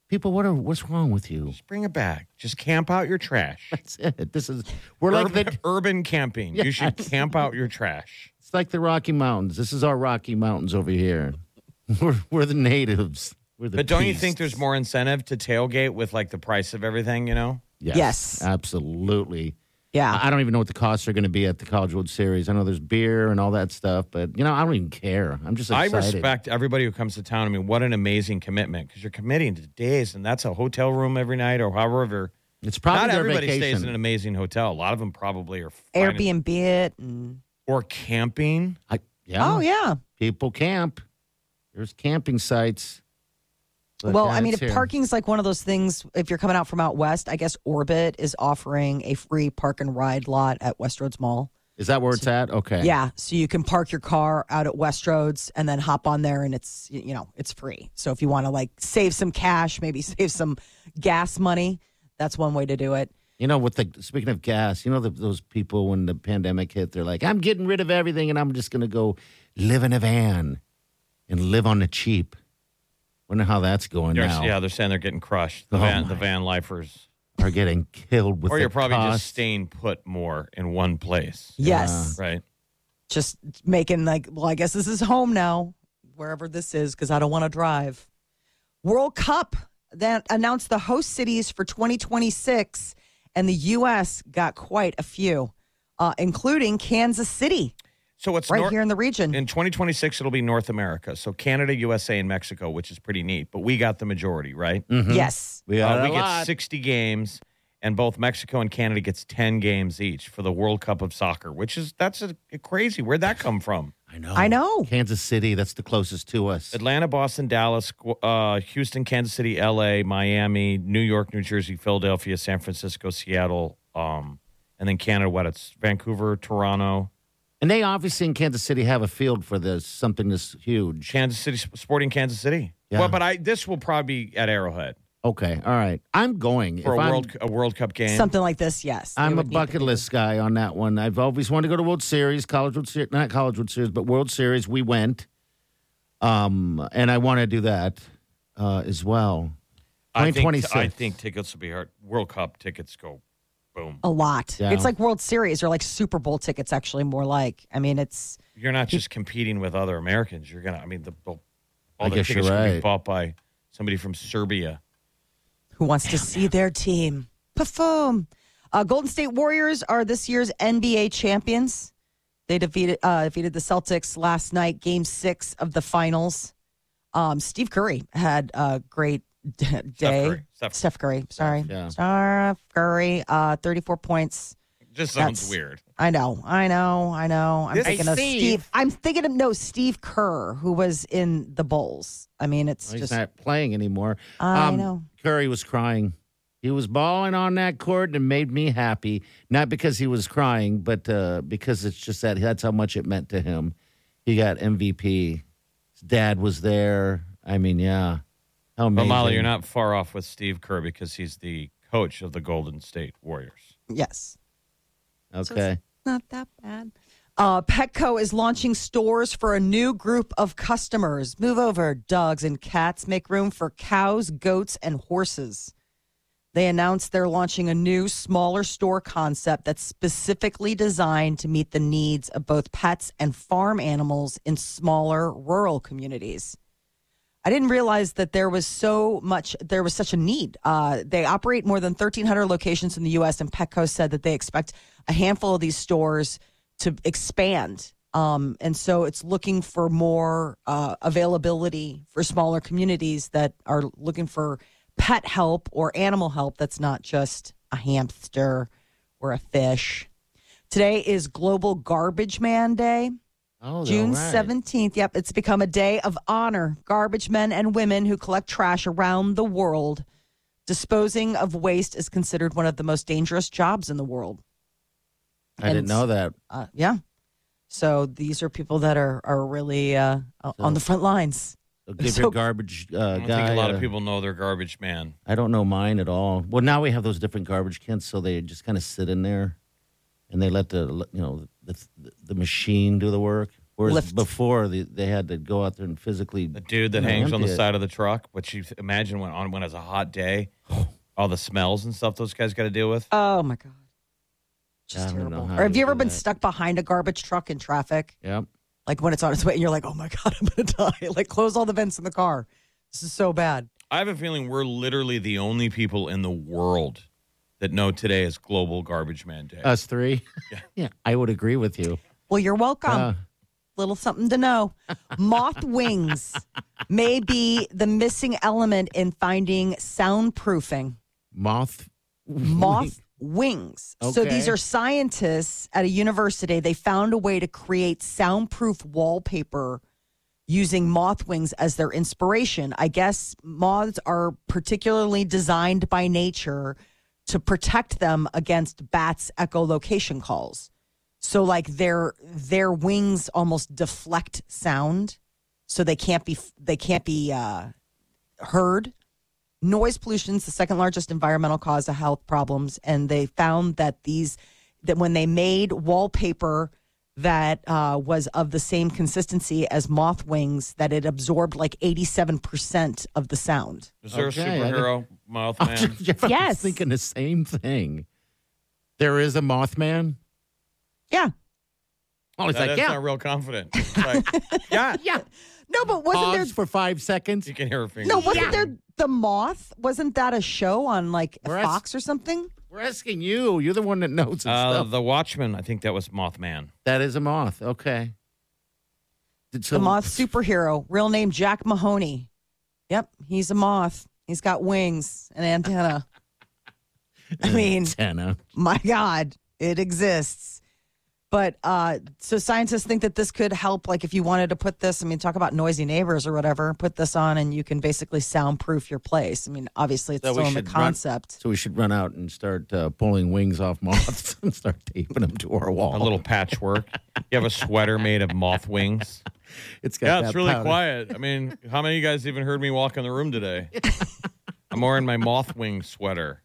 [SPEAKER 2] People, what are what's wrong with you? (laughs)
[SPEAKER 4] Just bring it back. Just camp out your trash.
[SPEAKER 2] That's it. This is (laughs) we're like
[SPEAKER 4] urban,
[SPEAKER 2] the
[SPEAKER 4] (laughs) urban camping. You should camp out your trash.
[SPEAKER 2] it's like the Rocky Mountains. This is our Rocky Mountains over here. (laughs) We're we're the natives. We're the
[SPEAKER 4] But don't you
[SPEAKER 2] beasts.
[SPEAKER 4] think there's more incentive to tailgate with like the price of everything, you know?
[SPEAKER 3] Yes.
[SPEAKER 2] absolutely.
[SPEAKER 3] Yeah.
[SPEAKER 2] I I don't even know what the costs are going to be at the College World Series. I know there's beer and all that stuff, but you know, I don't even care. I'm just excited.
[SPEAKER 4] I respect everybody who comes to town. I mean, what an amazing commitment because you're committing to days, and that's a hotel room every night or however.
[SPEAKER 2] It's probably
[SPEAKER 4] Not
[SPEAKER 2] their
[SPEAKER 4] everybody
[SPEAKER 2] vacation.
[SPEAKER 4] stays in an amazing hotel. A lot of them probably are finding-
[SPEAKER 3] Airbnb it. And,
[SPEAKER 4] or camping.
[SPEAKER 2] I- yeah,
[SPEAKER 3] oh, yeah.
[SPEAKER 2] people camp. There's camping sites. But,
[SPEAKER 3] well,
[SPEAKER 2] yeah,
[SPEAKER 3] I mean, if
[SPEAKER 2] it's here.
[SPEAKER 3] parking's like one of those things, if you're coming out from out west, I guess Orbit is offering a free park and ride lot at Westroads Mall.
[SPEAKER 2] Is that where it's at? Okay.
[SPEAKER 3] Yeah, so you can park your car out at Westroads and then hop on there, and it's y- you know it's free. So if you want to like save some cash, maybe (laughs) save some gas money, that's one way to do it.
[SPEAKER 2] You know, with the speaking of gas, you know the, those people when the pandemic hit, they're like, "I'm getting rid of everything, and I'm just going to go live in a van and live on the cheap." Wonder how that's going
[SPEAKER 4] They're-
[SPEAKER 2] now.
[SPEAKER 4] Yeah, they're saying they're getting crushed. The
[SPEAKER 2] Oh,
[SPEAKER 4] van,
[SPEAKER 2] my.
[SPEAKER 4] the van lifers,
[SPEAKER 2] Are getting killed with.
[SPEAKER 4] or
[SPEAKER 2] the
[SPEAKER 4] you're probably just
[SPEAKER 2] cost.
[SPEAKER 4] staying put more in one place,
[SPEAKER 3] Yes,
[SPEAKER 4] right?
[SPEAKER 3] just making like well, I guess this is home now, wherever this is, because I don't want to drive. World Cup that announced the host cities for 2026, and the U.S. got quite a few, uh, including Kansas City
[SPEAKER 4] So it's
[SPEAKER 3] right
[SPEAKER 4] nor-
[SPEAKER 3] here in the region.
[SPEAKER 4] in 2026 it'll be North America, so Canada, USA, and Mexico, which is pretty neat. But we got the majority, right?
[SPEAKER 2] Mm-hmm.
[SPEAKER 3] Yes.
[SPEAKER 2] We
[SPEAKER 4] Uh,
[SPEAKER 2] Mm. got
[SPEAKER 4] we
[SPEAKER 2] a
[SPEAKER 4] get
[SPEAKER 2] lot.
[SPEAKER 4] 60 games, and both Mexico and Canada gets 10 games each for the World Cup of soccer, which is that's a, crazy. Where'd that come from?
[SPEAKER 2] I know.
[SPEAKER 3] I know.
[SPEAKER 2] Kansas City, that's the closest to us.
[SPEAKER 4] Atlanta, Boston, Dallas, Qu- uh, Houston, Kansas City, L.A., Miami, New York, New Jersey, Philadelphia, San Francisco, Seattle, um, and then Canada. What it's Vancouver, Toronto,
[SPEAKER 2] And they obviously in Kansas City have a field for this something this huge.
[SPEAKER 4] Kansas City, Sporting Kansas City.
[SPEAKER 2] Yeah.
[SPEAKER 4] Well, but I this will probably be at Arrowhead
[SPEAKER 2] Okay, all right. I'm going
[SPEAKER 4] for
[SPEAKER 2] If
[SPEAKER 4] a
[SPEAKER 2] I'm-
[SPEAKER 4] World a World Cup game.
[SPEAKER 3] Something like this, yes. They
[SPEAKER 2] I'm a
[SPEAKER 3] would need to
[SPEAKER 2] bucket
[SPEAKER 3] be-
[SPEAKER 2] list guy on that one. I've always wanted to go to World Series, College World Series, not College World Series, but World Series. We went, um, and I want to do that uh, as well.
[SPEAKER 4] I think,
[SPEAKER 2] 2026.
[SPEAKER 4] I think tickets will be hard. World Cup tickets go boom.
[SPEAKER 3] a lot.
[SPEAKER 2] Yeah.
[SPEAKER 3] It's like World Series or like Super Bowl tickets, actually, more like. I mean, it's
[SPEAKER 4] You're not just competing with other Americans. You're gonna. I mean, the, the
[SPEAKER 2] I
[SPEAKER 4] all the
[SPEAKER 2] guess
[SPEAKER 4] tickets
[SPEAKER 2] you're
[SPEAKER 4] could be
[SPEAKER 2] right.
[SPEAKER 4] bought by somebody from Serbia.
[SPEAKER 3] who wants to see their team perform. Uh, Golden State Warriors are this year's NBA champions. They defeated uh, defeated the Celtics last night, Game Six of the Finals. Um, Steve Curry had a great d- day.
[SPEAKER 4] Curry. Steph-
[SPEAKER 3] Curry, sorry,
[SPEAKER 2] Yeah.
[SPEAKER 3] Steph Curry, uh, thirty four points.
[SPEAKER 4] Just sounds
[SPEAKER 3] That's-
[SPEAKER 4] weird.
[SPEAKER 3] I know, I know, I know. I'm
[SPEAKER 4] This-
[SPEAKER 3] thinking
[SPEAKER 4] Hey,
[SPEAKER 3] of Steve.
[SPEAKER 4] Steve.
[SPEAKER 3] I'm thinking of no Steve Kerr, who was in the Bulls. I mean,
[SPEAKER 4] Oh,
[SPEAKER 3] it's
[SPEAKER 2] He's
[SPEAKER 3] just
[SPEAKER 2] not playing anymore. Um,
[SPEAKER 3] I know.
[SPEAKER 2] Curry was crying. He was bawling on that court and it made me happy. Not because he was crying, but uh, because it's just that that's how much it meant to him. He got MVP. His dad was there. I mean, yeah. How
[SPEAKER 4] But
[SPEAKER 2] amazing.
[SPEAKER 4] Molly, you're not far off with Steve Kerr because he's the coach of the Golden State Warriors.
[SPEAKER 3] yes,
[SPEAKER 2] Okay.
[SPEAKER 3] not that bad. Uh, Petco is launching stores for a new group of customers. Move over, dogs and cats. Make room for cows, goats, and horses. They announced they're launching a new, smaller store concept that's specifically designed to meet the needs of both pets and farm animals in smaller rural communities. I didn't realize that there was so much, there was such a need. Uh, they operate more than 1,300 locations in the U.S., and Petco said that they expect a handful of these stores to expand. Um, and so it's looking for more uh, availability for smaller communities that are looking for pet help or animal help that's not just a hamster or a fish. Today is Global Garbage Man Day.
[SPEAKER 2] Oh,
[SPEAKER 3] June
[SPEAKER 2] all right.
[SPEAKER 3] 17th. Yep, it's become a day of honor. Garbage men and women who collect trash around the world. Disposing of waste is considered one of the most dangerous jobs in the world.
[SPEAKER 2] I didn't
[SPEAKER 3] And-
[SPEAKER 2] know that.
[SPEAKER 3] (laughs) Uh, yeah. So these are people that are, are really uh, uh, on the front lines.
[SPEAKER 2] So give
[SPEAKER 3] So-
[SPEAKER 2] your garbage uh,
[SPEAKER 4] I don't
[SPEAKER 2] guy.
[SPEAKER 4] think a lot
[SPEAKER 2] uh,
[SPEAKER 4] of people know they're garbage man.
[SPEAKER 2] I don't know mine at all. Well, now we have those different garbage cans, so they just kind of sit in there, and they let the you know the the, the machine do the work. Whereas
[SPEAKER 3] Lift.
[SPEAKER 2] before they, they had to go out there and physically.
[SPEAKER 4] The dude that
[SPEAKER 2] you know,
[SPEAKER 4] hangs on the
[SPEAKER 2] empty it.
[SPEAKER 4] side of the truck, which you imagine when on when it's a hot day, all the smells and stuff those guys got to deal with.
[SPEAKER 3] Oh my God. Just
[SPEAKER 2] I don't know
[SPEAKER 3] terrible.
[SPEAKER 2] how
[SPEAKER 3] Or have
[SPEAKER 2] you
[SPEAKER 3] you ever
[SPEAKER 2] do
[SPEAKER 3] been
[SPEAKER 2] that.
[SPEAKER 3] stuck behind a garbage truck in traffic?
[SPEAKER 2] Yep.
[SPEAKER 3] Like when it's on its way and you're like, oh my God, I'm going to (laughs) die. Like close all the vents in the car. This is so bad.
[SPEAKER 4] I have a feeling we're literally the only people in the world that know today is Global Garbage Man Day.
[SPEAKER 2] Us
[SPEAKER 4] (laughs)
[SPEAKER 2] three. Yeah. I would agree with you.
[SPEAKER 3] Well, you're welcome.
[SPEAKER 2] Uh,
[SPEAKER 3] little something to know. Moth wings may be the missing element in finding soundproofing.
[SPEAKER 2] moth. (laughs)
[SPEAKER 3] Moth wings. So
[SPEAKER 2] Okay.
[SPEAKER 3] these are scientists at a university. They found a way to create soundproof wallpaper using moth wings as their inspiration. I guess moths are particularly designed by nature to protect them against bats' echolocation calls. So like their their wings almost deflect sound, so they can't be they can't be uh, heard. Noise pollution is the second largest environmental cause of health problems, and they found that these that when they made wallpaper that uh, was of the same consistency as moth wings, that it absorbed like eighty seven percent of the sound.
[SPEAKER 4] Is there
[SPEAKER 2] Okay,
[SPEAKER 4] a
[SPEAKER 2] I
[SPEAKER 4] superhero Mothman?
[SPEAKER 2] Jeff, (laughs) I was
[SPEAKER 3] Yes.
[SPEAKER 2] thinking the same thing. There is a Mothman.
[SPEAKER 3] Yeah.
[SPEAKER 2] Oh, he's
[SPEAKER 4] That
[SPEAKER 2] like,
[SPEAKER 4] doesn't
[SPEAKER 2] yeah,
[SPEAKER 4] sound real confident.
[SPEAKER 2] (laughs)
[SPEAKER 4] It's like, yeah,
[SPEAKER 2] yeah.
[SPEAKER 3] No, but wasn't there
[SPEAKER 2] Pause for five seconds.
[SPEAKER 4] you can hear her fingers.
[SPEAKER 3] No, wasn't there the moth? Wasn't that a show on like
[SPEAKER 2] Where is-
[SPEAKER 3] Fox or something?
[SPEAKER 2] We're asking you. You're the one that knows this
[SPEAKER 4] Uh,
[SPEAKER 2] stuff.
[SPEAKER 4] the Watchman. I think that was Mothman.
[SPEAKER 2] that is a moth. Okay. Did- so-
[SPEAKER 3] The moth
[SPEAKER 2] (laughs)
[SPEAKER 3] superhero, real name Jack Mahoney. Yep, he's a moth. He's got wings and antenna. I mean,
[SPEAKER 2] Antenna.
[SPEAKER 3] my God, it exists. But uh, so scientists think that this could help. Like, if you wanted to put this, I mean, talk about noisy neighbors or whatever, put this on and you can basically soundproof your place. I mean, obviously, it's
[SPEAKER 2] So we
[SPEAKER 3] still in the
[SPEAKER 2] should run-
[SPEAKER 3] concept. (laughs)
[SPEAKER 2] So we should run out and start uh, pulling wings off moths (laughs) and start taping them to our wall.
[SPEAKER 4] A little patchwork. You have a sweater made of moth wings.
[SPEAKER 2] It's got
[SPEAKER 4] Yeah,
[SPEAKER 2] that
[SPEAKER 4] it's really
[SPEAKER 2] powder.
[SPEAKER 4] quiet. I mean, how many of you guys even heard me walk in the room today? I'm wearing my moth wing sweater.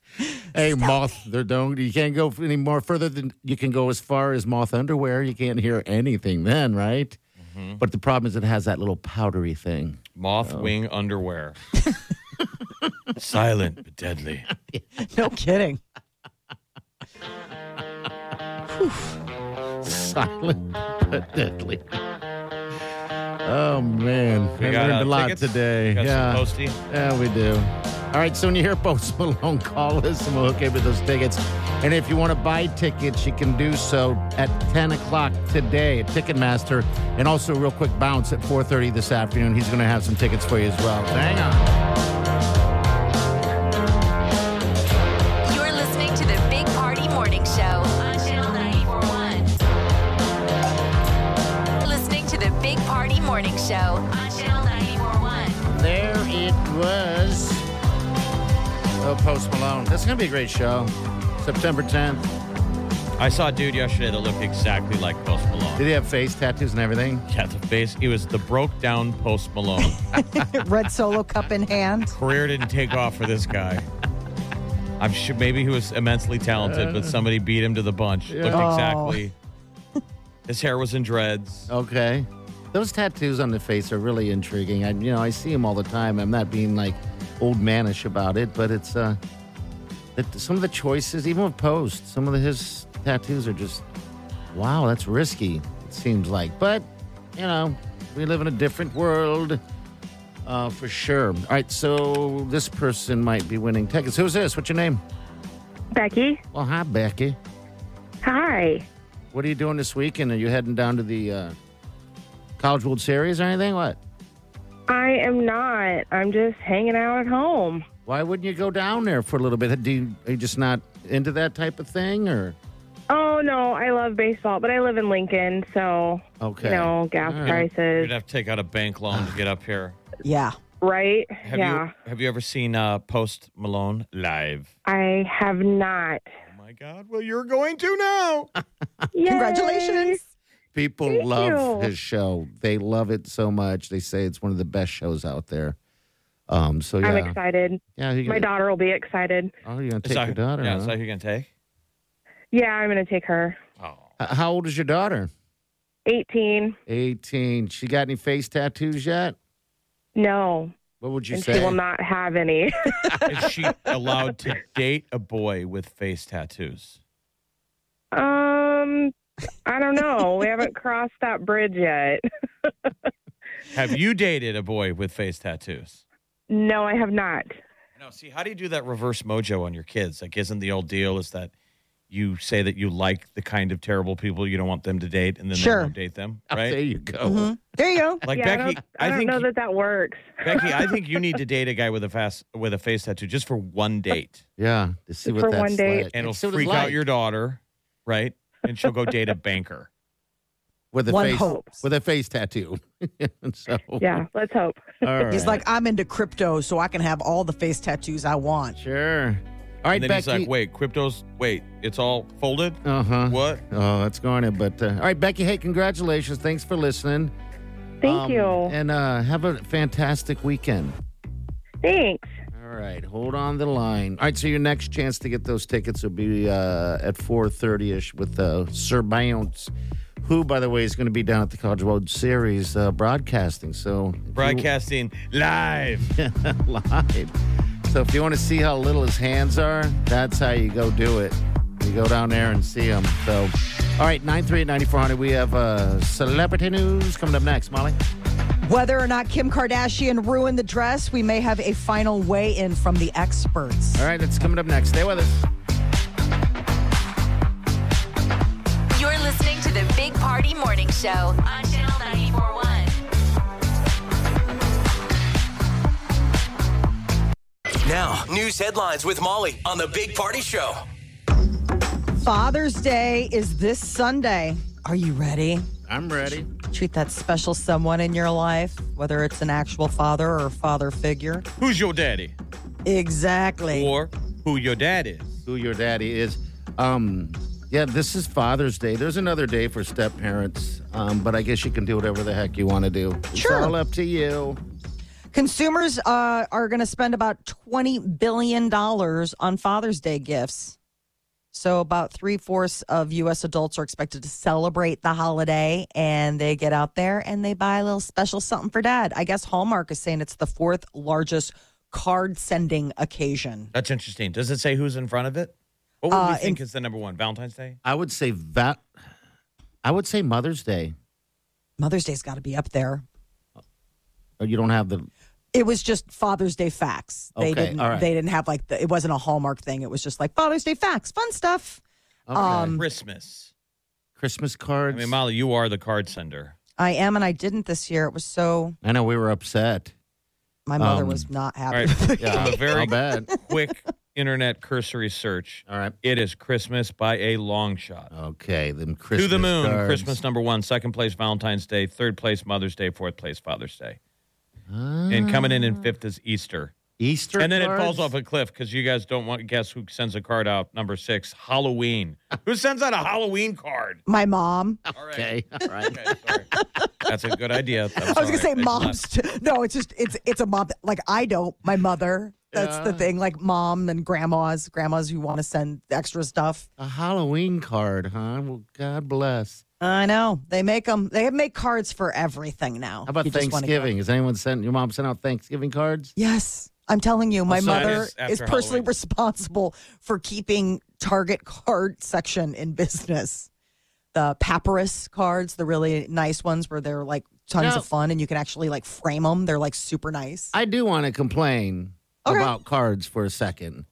[SPEAKER 2] Hey, moth, there don't. You can't go any more further than you can go as far as moth underwear. You can't hear anything then, right?
[SPEAKER 4] Mm-hmm.
[SPEAKER 2] But the problem is it has that little powdery thing. (laughs)
[SPEAKER 4] Moth
[SPEAKER 2] Oh.
[SPEAKER 4] wing underwear. (laughs) Silent but deadly.
[SPEAKER 3] No kidding. (laughs)
[SPEAKER 2] Silent but deadly. Oh man, we I learned
[SPEAKER 4] uh,
[SPEAKER 2] a lot
[SPEAKER 4] tickets?
[SPEAKER 2] today.
[SPEAKER 4] Got
[SPEAKER 2] yeah,
[SPEAKER 4] some posty.
[SPEAKER 2] yeah, we do. All right, so when you hear Post (laughs) Malone, call us and we'll hook you up with those tickets. And if you want to buy tickets, you can do so at 10 o'clock today at Ticketmaster, and also a real quick bounce at 4:30 this afternoon. He's going to have some tickets for you as well. Hang on.
[SPEAKER 5] You're listening to the Big Party Morning Show on Channel 941. Listening to the Big Party Morning Show on Channel 941.
[SPEAKER 2] There it was. Oh, Post Malone. That's going to be a great show. September 10th.
[SPEAKER 4] I saw a dude yesterday that looked exactly like Post Malone.
[SPEAKER 2] Did he have face tattoos and everything?
[SPEAKER 4] He had the face. He was the broke down Post Malone.
[SPEAKER 3] Red solo cup in hand.
[SPEAKER 4] Career didn't take off for this guy. I'm sure maybe he was immensely talented, but somebody beat him to the bunch. Looked
[SPEAKER 3] Oh.
[SPEAKER 4] exactly. Oh. (laughs) His hair was in dreads.
[SPEAKER 2] Okay. Those tattoos on the face are really intriguing. I, you know, I see them all the time. I'm not being like old manish about it, but it's uh, that some of the choices, even with Post, some of his tattoos are just, wow, that's risky. It seems like, but you know, we live in a different world, uh, for sure. All right, so this person might be winning tickets. Who's this? What's your name?
[SPEAKER 7] Becky,
[SPEAKER 2] Well, hi Becky.
[SPEAKER 7] hi.
[SPEAKER 2] What are you doing this weekend? Are you heading down to the uh, College World Series or anything? What?
[SPEAKER 7] I am not. I'm just hanging out at home.
[SPEAKER 2] Why wouldn't you go down there for a little bit? Do you, are you just not into that type of thing, or
[SPEAKER 7] Oh no, I love baseball, but I live in Lincoln, so
[SPEAKER 2] okay?
[SPEAKER 7] you know, gas prices,
[SPEAKER 4] You'd have to take out a bank loan to get up here.
[SPEAKER 3] Yeah.
[SPEAKER 7] right?
[SPEAKER 4] Have
[SPEAKER 7] yeah.
[SPEAKER 4] you have you ever seen uh, Post Malone live?
[SPEAKER 7] I have not.
[SPEAKER 4] Oh my God! Well, you're going to now.
[SPEAKER 7] Yay!
[SPEAKER 3] Congratulations.
[SPEAKER 2] People
[SPEAKER 7] Thank
[SPEAKER 2] love
[SPEAKER 7] you.
[SPEAKER 2] his show. They love it so much. They say it's one of the best shows out there. Um. So yeah,
[SPEAKER 7] I'm excited.
[SPEAKER 2] yeah. You're
[SPEAKER 7] My
[SPEAKER 2] gonna,
[SPEAKER 7] daughter will be excited.
[SPEAKER 2] Oh, you're gonna
[SPEAKER 4] Is
[SPEAKER 2] take
[SPEAKER 4] that-
[SPEAKER 2] your daughter.
[SPEAKER 4] Yeah,
[SPEAKER 2] huh?
[SPEAKER 4] is that who you're gonna take?
[SPEAKER 7] Yeah, I'm gonna take her.
[SPEAKER 4] Oh,
[SPEAKER 2] H- How old is your daughter?
[SPEAKER 7] 18.
[SPEAKER 2] Eighteen. She got any face tattoos yet?
[SPEAKER 7] No,
[SPEAKER 2] What would you
[SPEAKER 7] and
[SPEAKER 2] say?
[SPEAKER 7] she will not have any. (laughs)
[SPEAKER 4] is she allowed to
[SPEAKER 2] (laughs)
[SPEAKER 4] date a boy with face tattoos?
[SPEAKER 7] um, I don't know. We haven't crossed that bridge yet.
[SPEAKER 4] Have you dated a boy with face tattoos?
[SPEAKER 7] No, I have not.
[SPEAKER 4] No. See, how do you do that reverse mojo on your kids? Like, isn't the old deal is that you say that you like the kind of terrible people you don't want them to date, and then
[SPEAKER 3] Sure.
[SPEAKER 4] they won't date them,
[SPEAKER 2] Oh, There
[SPEAKER 4] right?
[SPEAKER 2] you go.
[SPEAKER 7] Mm-hmm.
[SPEAKER 3] Mm-hmm. There you go.
[SPEAKER 4] Like
[SPEAKER 7] yeah, I
[SPEAKER 4] Becky,
[SPEAKER 7] don't, I don't
[SPEAKER 4] think
[SPEAKER 7] know that (laughs) that works.
[SPEAKER 4] Becky, I think you need to date a guy with a fast with a face tattoo just for one date,
[SPEAKER 2] Yeah. To see what
[SPEAKER 7] For
[SPEAKER 2] that's
[SPEAKER 7] one date.
[SPEAKER 2] like.
[SPEAKER 4] and it'll
[SPEAKER 2] See what it's
[SPEAKER 4] freak out
[SPEAKER 2] like
[SPEAKER 4] your daughter, right? And she'll go date a banker.
[SPEAKER 2] with a
[SPEAKER 3] One
[SPEAKER 2] face
[SPEAKER 3] hopes.
[SPEAKER 2] with a face tattoo. (laughs) so
[SPEAKER 7] Yeah, let's hope.
[SPEAKER 2] all
[SPEAKER 3] He's
[SPEAKER 2] right.
[SPEAKER 3] like, I'm into crypto, so I can have all the face tattoos I want.
[SPEAKER 2] Sure. All right,
[SPEAKER 4] and then he's
[SPEAKER 2] Becky.
[SPEAKER 4] like, wait, crypto's, wait, it's all folded?
[SPEAKER 2] uh huh.
[SPEAKER 4] What?
[SPEAKER 2] Oh, that's garnet. But uh, all right, Becky. Hey, congratulations. Thanks for listening.
[SPEAKER 7] Thank
[SPEAKER 2] Um,
[SPEAKER 7] you.
[SPEAKER 2] And uh, have a fantastic weekend.
[SPEAKER 7] Thanks.
[SPEAKER 2] All right, hold on the line. All right, so your next chance to get those tickets will be uh, at four thirty ish with uh, Sir Bounce, who, by the way, is going to be down at the College Road Series uh, broadcasting. So if you-
[SPEAKER 4] Broadcasting live.
[SPEAKER 2] (laughs) live. So if you want to see how little his hands are, that's how you go do it. You go down there and see him. So, all right, nine three eight ninety four hundred. We have uh, celebrity news coming up next. Molly.
[SPEAKER 8] Whether or not Kim Kardashian ruined the dress, we may have a final weigh in from the experts.
[SPEAKER 2] All right, that's coming up next. Stay with us.
[SPEAKER 5] You're listening to the Big Party Morning Show on Channel 941.
[SPEAKER 6] Now, news headlines with Molly on the Big Party Show.
[SPEAKER 8] Father's Day is this Sunday.
[SPEAKER 3] Are you ready?
[SPEAKER 2] I'm ready.
[SPEAKER 3] Treat that special someone in your life, whether it's an actual father or a father figure.
[SPEAKER 4] Who's your daddy?
[SPEAKER 3] Exactly.
[SPEAKER 4] Or who your dad is?
[SPEAKER 2] who your daddy is. Um, yeah, this is Father's Day. There's another day for step parents, um, but I guess you can do whatever the heck you want to do.
[SPEAKER 3] Sure.
[SPEAKER 2] It's all up to you.
[SPEAKER 3] Consumers uh, are going to spend about $20 billion on Father's Day gifts. So, about three fourths of U.S. adults are expected to celebrate the holiday and they get out there and they buy a little special something for dad. I guess Hallmark is saying it's the fourth largest card sending occasion.
[SPEAKER 4] That's interesting. Does it say who's in front of it? What would
[SPEAKER 3] Uh,
[SPEAKER 4] we
[SPEAKER 3] in-
[SPEAKER 4] think is the number one? Valentine's Day?
[SPEAKER 2] I would say that. I would say Mother's Day.
[SPEAKER 3] Mother's Day's got to be up there.
[SPEAKER 2] Oh, You don't have the.
[SPEAKER 3] It was just Father's Day facts. They
[SPEAKER 2] Okay,
[SPEAKER 3] didn't
[SPEAKER 2] all right.
[SPEAKER 3] they didn't have like the, it wasn't a Hallmark thing. It was just like Father's Day facts, fun stuff.
[SPEAKER 2] Okay.
[SPEAKER 3] Um,
[SPEAKER 4] Christmas.
[SPEAKER 2] Christmas
[SPEAKER 4] I
[SPEAKER 2] cards.
[SPEAKER 4] mean, Molly, you are the card sender.
[SPEAKER 3] I am and I didn't this year. It was so
[SPEAKER 2] I know we were
[SPEAKER 4] (laughs)
[SPEAKER 2] upset.
[SPEAKER 3] my mother
[SPEAKER 2] Um,
[SPEAKER 3] was not
[SPEAKER 4] All
[SPEAKER 3] happy.
[SPEAKER 4] right.
[SPEAKER 2] (laughs) Yeah,
[SPEAKER 4] From a very
[SPEAKER 2] How bad?
[SPEAKER 3] (laughs)
[SPEAKER 4] quick internet cursory search.
[SPEAKER 2] All right.
[SPEAKER 4] It is Christmas by a long shot.
[SPEAKER 2] Okay. Then Christmas.
[SPEAKER 4] to the moon,
[SPEAKER 2] cards.
[SPEAKER 4] Christmas number one, second place Valentine's Day, third place Mother's Day, fourth place Father's Day,
[SPEAKER 2] Ah,
[SPEAKER 3] Mm.
[SPEAKER 4] and coming in in fifth is Easter.
[SPEAKER 2] Easter.
[SPEAKER 4] and then it
[SPEAKER 2] cards?
[SPEAKER 4] falls off a cliff because you guys don't want to guess who sends a card out. Number six, Halloween. who sends out a Halloween card?
[SPEAKER 3] My mom.
[SPEAKER 4] All right. (laughs)
[SPEAKER 2] Okay. All right.
[SPEAKER 4] Okay,
[SPEAKER 3] (laughs)
[SPEAKER 4] sorry. That's a good idea.
[SPEAKER 3] I was gonna say moms. t- no, it's just it's it's a mom. Like I don't. My mother. That's the
[SPEAKER 2] Yeah.
[SPEAKER 3] thing. Like mom and grandmas, grandmas who want to send extra stuff.
[SPEAKER 2] a Halloween card, huh? Well, God bless.
[SPEAKER 3] I know they make them. They make cards for everything now.
[SPEAKER 2] How about
[SPEAKER 3] Oh, You just wanna go-
[SPEAKER 2] Thanksgiving? Has anyone sent your mom sent out Thanksgiving cards?
[SPEAKER 3] Yes, I'm telling you, my
[SPEAKER 4] so that
[SPEAKER 3] mother
[SPEAKER 4] is after
[SPEAKER 3] is personally
[SPEAKER 4] Halloween.
[SPEAKER 3] responsible for keeping Target card section in business. The papyrus cards, the really nice ones where they're like tons
[SPEAKER 2] No.
[SPEAKER 3] of fun and you can actually like frame them. They're like super nice.
[SPEAKER 2] I do want to complain
[SPEAKER 3] Okay.
[SPEAKER 2] about cards for a second.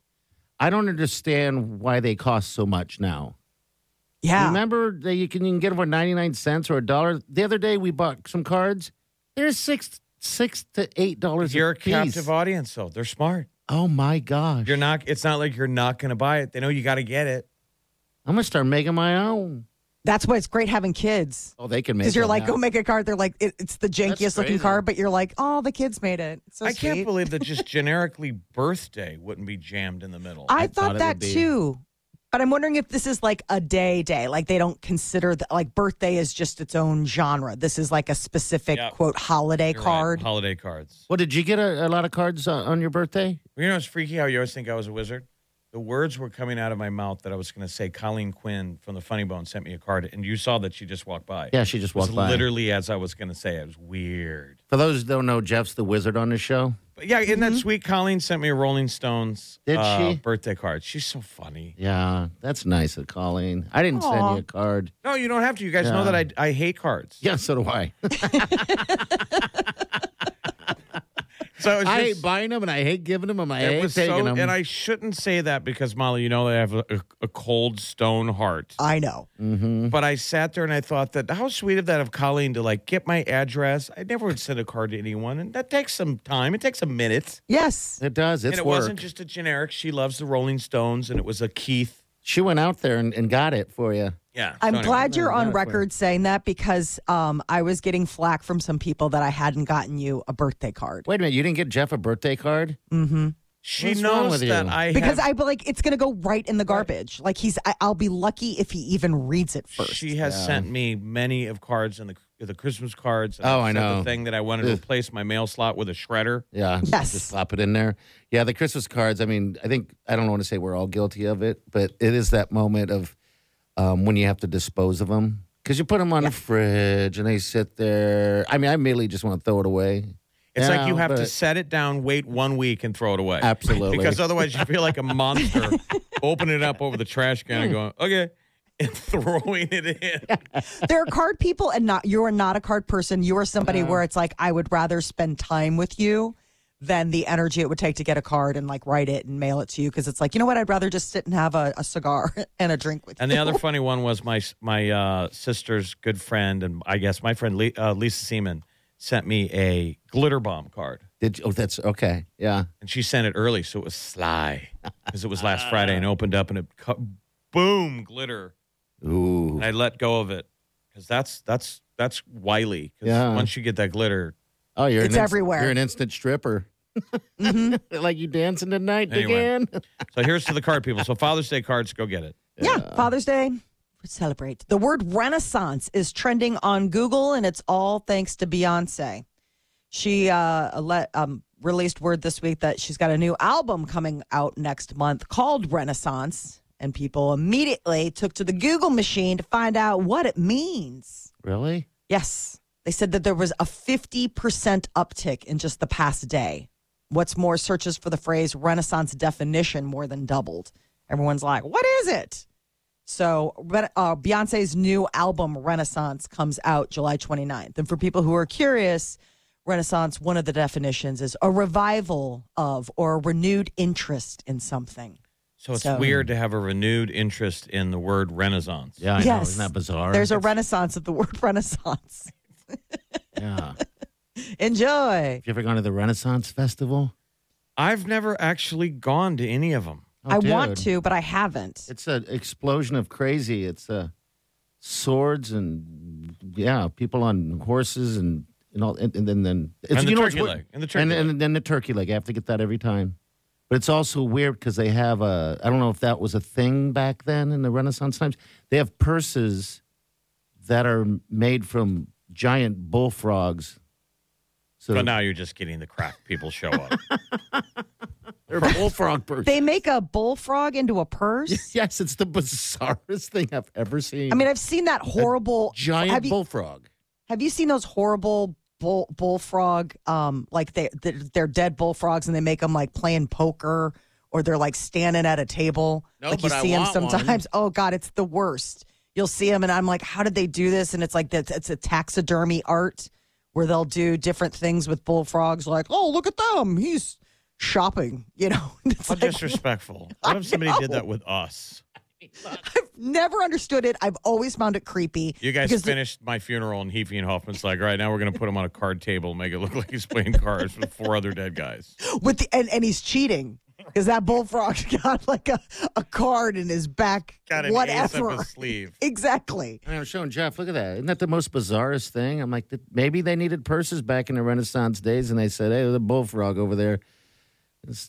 [SPEAKER 2] I don't understand why they cost so much now.
[SPEAKER 3] yeah.
[SPEAKER 2] Remember that you can, you can get them for 99 cents or a dollar. The other day we bought some cards. They're six six to eight dollars
[SPEAKER 4] You're
[SPEAKER 2] a
[SPEAKER 4] a
[SPEAKER 2] piece.
[SPEAKER 4] captive audience, though. They're smart.
[SPEAKER 2] oh my gosh.
[SPEAKER 4] You're not. It's not like you're not going to buy it. They know you got to get it.
[SPEAKER 2] I'm gonna start making my own.
[SPEAKER 3] That's why it's great having kids.
[SPEAKER 2] Oh, they can make
[SPEAKER 3] Because you're
[SPEAKER 2] them
[SPEAKER 3] like,
[SPEAKER 2] now.
[SPEAKER 3] go make a card. They're like, it, it's the jankiest looking
[SPEAKER 2] crazy.
[SPEAKER 3] card, but you're like, oh, the kids made it. It's So
[SPEAKER 4] I
[SPEAKER 3] sweet.
[SPEAKER 4] can't believe
[SPEAKER 3] (laughs)
[SPEAKER 4] that just generically birthday wouldn't be jammed in the middle.
[SPEAKER 3] I,
[SPEAKER 2] I thought
[SPEAKER 3] thought,
[SPEAKER 2] it
[SPEAKER 3] that
[SPEAKER 2] would be-
[SPEAKER 3] too. But I'm wondering if this is like a day day. Like they don't consider that like birthday is just its own genre. This is like a specific
[SPEAKER 4] Yep.
[SPEAKER 3] quote holiday
[SPEAKER 4] You're right,
[SPEAKER 3] card.
[SPEAKER 4] holiday cards.
[SPEAKER 2] Well, did you get a, a lot of cards uh, on your birthday?
[SPEAKER 4] You know, it's freaky how you always think I was a wizard. The words were coming out of my mouth that I was going to say. Colleen Quinn from the Funny Bone sent me a card, and you saw that she just walked by.
[SPEAKER 2] Yeah, she just
[SPEAKER 4] It was
[SPEAKER 2] walked by.
[SPEAKER 4] literally as I was going to say. It It was weird.
[SPEAKER 2] For those who don't know, Jeff's the wizard on the show.
[SPEAKER 4] But yeah, isn't that
[SPEAKER 3] Mm-hmm.
[SPEAKER 4] sweet? Colleen sent me a Rolling Stones
[SPEAKER 2] Did
[SPEAKER 4] uh,
[SPEAKER 2] she?
[SPEAKER 4] birthday card. She's so funny.
[SPEAKER 2] Yeah, that's nice of Colleen. I didn't send
[SPEAKER 3] Aw.
[SPEAKER 2] you a card. (laughs)
[SPEAKER 4] No, you don't have to. You guys know
[SPEAKER 2] Yeah.
[SPEAKER 4] that I, I hate cards.
[SPEAKER 2] Yeah, so do I.
[SPEAKER 4] So
[SPEAKER 2] (laughs)
[SPEAKER 4] it's
[SPEAKER 2] I hate
[SPEAKER 4] just-
[SPEAKER 2] buying them and I hate giving them and I
[SPEAKER 4] it
[SPEAKER 2] hate
[SPEAKER 4] was
[SPEAKER 2] taking
[SPEAKER 4] so,
[SPEAKER 2] them.
[SPEAKER 4] and I shouldn't say that because Molly, you know, that I have a, a cold stone heart.
[SPEAKER 3] I know.
[SPEAKER 2] Mm-hmm.
[SPEAKER 4] But I sat there and I thought that how sweet of that of Colleen to like get my address. I never would send a card to anyone, and that takes some time. It takes a minute.
[SPEAKER 3] Yes.
[SPEAKER 2] it does. It's
[SPEAKER 4] and it
[SPEAKER 2] work.
[SPEAKER 4] wasn't just a generic. She loves the Rolling Stones, and it was a Keith.
[SPEAKER 2] she went out there and, and got it for you.
[SPEAKER 4] Yeah,
[SPEAKER 3] I'm
[SPEAKER 4] so anyway.
[SPEAKER 3] glad you're
[SPEAKER 2] not
[SPEAKER 3] on
[SPEAKER 2] a plan.
[SPEAKER 3] record saying that because um, I was getting flack from some people that I hadn't gotten you a birthday card.
[SPEAKER 2] Wait a minute, you didn't get Jeff a birthday card?
[SPEAKER 4] She
[SPEAKER 2] What's wrong
[SPEAKER 4] knows
[SPEAKER 2] with
[SPEAKER 4] that
[SPEAKER 2] you?
[SPEAKER 4] I
[SPEAKER 3] because
[SPEAKER 4] have-
[SPEAKER 3] I be like it's going to go right in the garbage. Like he's, I, I'll be lucky if he even reads it first.
[SPEAKER 4] She has sent me many of cards and the the Christmas cards. and
[SPEAKER 2] Oh,
[SPEAKER 4] I've
[SPEAKER 2] I
[SPEAKER 4] sent
[SPEAKER 2] know.
[SPEAKER 4] The thing that I wanted to
[SPEAKER 2] Ugh.
[SPEAKER 4] replace my mail slot with a shredder.
[SPEAKER 2] Yeah.
[SPEAKER 3] Yes.
[SPEAKER 2] Just slap it in there. Yeah, the Christmas cards. I mean, I think I don't want to say we're all guilty of it, but it is that moment of um, when you have to dispose of them because you put them on the fridge and they sit there. I mean, I immediately just want to throw it away.
[SPEAKER 4] It's like you have to
[SPEAKER 2] but-
[SPEAKER 4] set it down, wait one week, and throw it away.
[SPEAKER 2] Absolutely.
[SPEAKER 4] Because otherwise, you feel like
[SPEAKER 2] (laughs)
[SPEAKER 4] a monster opening it up over the trash can
[SPEAKER 2] Hmm.
[SPEAKER 4] and going, okay, and (laughs) throwing it in.
[SPEAKER 3] there are card people, and not you are not a card person. You are somebody where it's like I would rather spend time with you than the energy it would take to get a card and like write it and mail it to you because it's like you know what I'd rather just sit and have a, a cigar (laughs) and a drink with
[SPEAKER 4] And
[SPEAKER 3] you.
[SPEAKER 4] the other funny one was my my uh, sister's good friend, and I guess my friend Le- uh, Lisa Seaman sent me a glitter bomb card.
[SPEAKER 2] Did you, oh, that's okay. Yeah.
[SPEAKER 4] and she sent it early, so it was sly because it was last Friday and opened up and it co- boom glitter,
[SPEAKER 2] Ooh.
[SPEAKER 4] and I let go of it because that's that's that's wily. 'Cause
[SPEAKER 2] Yeah.
[SPEAKER 4] Once you get that glitter,
[SPEAKER 2] Oh, you're
[SPEAKER 3] It's
[SPEAKER 2] an inst-
[SPEAKER 3] everywhere. Mm-hmm.
[SPEAKER 2] You're an instant stripper. (laughs) like you dancing tonight
[SPEAKER 4] Anyway.
[SPEAKER 2] again.
[SPEAKER 4] so here's to the card people. So Father's Day cards, go get it.
[SPEAKER 3] Yeah, Father's Day. Celebrate. The word renaissance is trending on Google, and it's all thanks to Beyonce. She uh, let, um, released word this week that she's got a new album coming out next month called Renaissance, and people immediately took to the Google machine to find out what it means.
[SPEAKER 2] Really?
[SPEAKER 3] Yes, they said that there was a 50% uptick in just the past day. What's more, searches for the phrase Renaissance definition more than doubled. Everyone's like, what is it? So, Ren- uh, Beyonce's new album, Renaissance, comes out July 29th. And for people who are curious, Renaissance, one of the definitions is a revival of or a renewed interest in something.
[SPEAKER 4] So it's
[SPEAKER 3] So-
[SPEAKER 4] weird to have a renewed interest in the word Renaissance.
[SPEAKER 2] Yeah, I know.
[SPEAKER 3] Yes.
[SPEAKER 2] Isn't that bizarre?
[SPEAKER 3] There's a renaissance of the word (laughs) Renaissance.
[SPEAKER 2] yeah. Have
[SPEAKER 3] Enjoy.
[SPEAKER 2] you ever gone to the Renaissance Festival?
[SPEAKER 4] I've never actually gone to any of them.
[SPEAKER 2] Oh,
[SPEAKER 3] I want
[SPEAKER 2] dude.
[SPEAKER 3] to, but I haven't.
[SPEAKER 2] It's an explosion of crazy. It's uh, swords and yeah, people on horses and and all, and, and then then it's,
[SPEAKER 4] And the
[SPEAKER 2] what's
[SPEAKER 4] turkey
[SPEAKER 2] weird?
[SPEAKER 4] leg. And the turkey
[SPEAKER 2] and,
[SPEAKER 4] leg.
[SPEAKER 2] and then the turkey leg. I have to get that every time. But it's also weird because they have a. I don't know if that was a thing back then in the Renaissance times. They have purses that are made from giant bullfrogs. So
[SPEAKER 4] But now you're just getting the crack people show up.
[SPEAKER 3] (laughs)
[SPEAKER 2] they're bullfrog purses.
[SPEAKER 3] They make a bullfrog into a purse.
[SPEAKER 2] (laughs) yes, it's the bizarrest thing I've ever seen.
[SPEAKER 3] I mean, I've seen that horrible
[SPEAKER 2] giant
[SPEAKER 3] Have you,
[SPEAKER 2] bullfrog.
[SPEAKER 3] have you seen those horrible bull bullfrog? Um, like they they're, they're dead bullfrogs, and they make them like playing poker, or they're like standing at a table.
[SPEAKER 2] No,
[SPEAKER 3] like you
[SPEAKER 2] but I
[SPEAKER 3] see them
[SPEAKER 2] want one.
[SPEAKER 3] sometimes. Oh God, it's the worst. You'll see them, and I'm like, how did they do this? And it's like that's it's a taxidermy art where they'll do different things with bullfrogs. Like, oh look at them, he's shopping. You know, (laughs) It's
[SPEAKER 4] How
[SPEAKER 3] like-
[SPEAKER 4] disrespectful. What if somebody did that with us?
[SPEAKER 3] never understood it. I've always found it creepy.
[SPEAKER 4] You guys
[SPEAKER 3] because-
[SPEAKER 4] finished my funeral, and Heafy and Hoffman's like, all right, now we're going to put him on a card table and make it look like he's playing cards with four other dead guys.
[SPEAKER 3] with the and, and he's cheating because that bullfrog (laughs) got like a, a card in his back.
[SPEAKER 4] Got an
[SPEAKER 3] whatever.
[SPEAKER 4] ace up his sleeve.
[SPEAKER 3] (laughs) Exactly.
[SPEAKER 2] And I was showing Jeff, look at that. Isn't that the most bizarrest thing? I'm like, th- maybe they needed purses back in the Renaissance days and they said, hey, there's a bullfrog over there.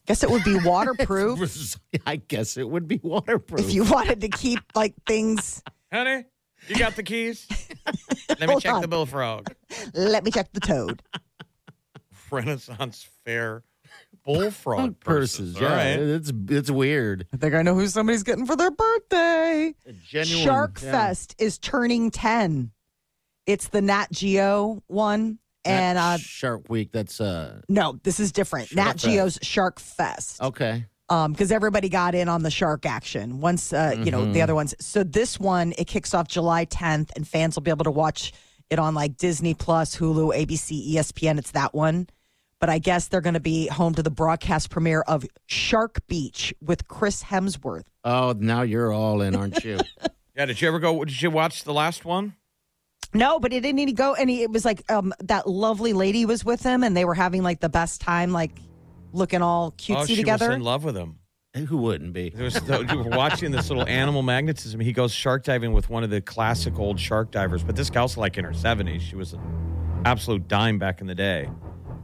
[SPEAKER 3] Guess it would be
[SPEAKER 2] (laughs)
[SPEAKER 3] waterproof
[SPEAKER 2] I guess it would be waterproof. (laughs)
[SPEAKER 3] if you wanted to keep like things.
[SPEAKER 4] Honey, you got the keys? Let me
[SPEAKER 3] Hold
[SPEAKER 4] check
[SPEAKER 3] on.
[SPEAKER 4] the bullfrog.
[SPEAKER 3] Let me check the toad.
[SPEAKER 4] Renaissance Fair bullfrog
[SPEAKER 2] purses.
[SPEAKER 4] purses.
[SPEAKER 2] Yeah,
[SPEAKER 4] All right.
[SPEAKER 2] it's, it's weird.
[SPEAKER 3] I think I know who somebody's getting for their birthday.
[SPEAKER 2] A genuine-
[SPEAKER 3] Shark
[SPEAKER 2] yeah.
[SPEAKER 3] Fest is turning ten. It's the Nat Geo one,
[SPEAKER 2] That
[SPEAKER 3] and uh,
[SPEAKER 2] Shark Week, that's uh,
[SPEAKER 3] no, this is different. Nat
[SPEAKER 2] Fest.
[SPEAKER 3] Geo's Shark Fest.
[SPEAKER 2] okay.
[SPEAKER 3] um because everybody got in on the shark action once uh you know
[SPEAKER 4] Mm-hmm.
[SPEAKER 3] the other ones so this one it kicks off july 10th and fans will be able to watch it on like disney plus hulu abc espn it's that one but i guess they're going to be home to the broadcast premiere of shark beach with chris hemsworth
[SPEAKER 2] Oh, now you're all in,
[SPEAKER 3] (laughs)
[SPEAKER 2] aren't you?
[SPEAKER 4] Yeah, did you ever go? Did you watch the last one?
[SPEAKER 3] no but it didn't even go and he- it was like um that lovely lady was with him and they were having like the best time like looking all cutesy
[SPEAKER 4] oh, she
[SPEAKER 3] together
[SPEAKER 4] was in love with him.
[SPEAKER 2] Who wouldn't be?
[SPEAKER 4] There was the, we were watching this little animal magnetism. He goes shark diving with one of the classic old shark divers, but this gal's like in her 70s. She was an absolute dime back in the day.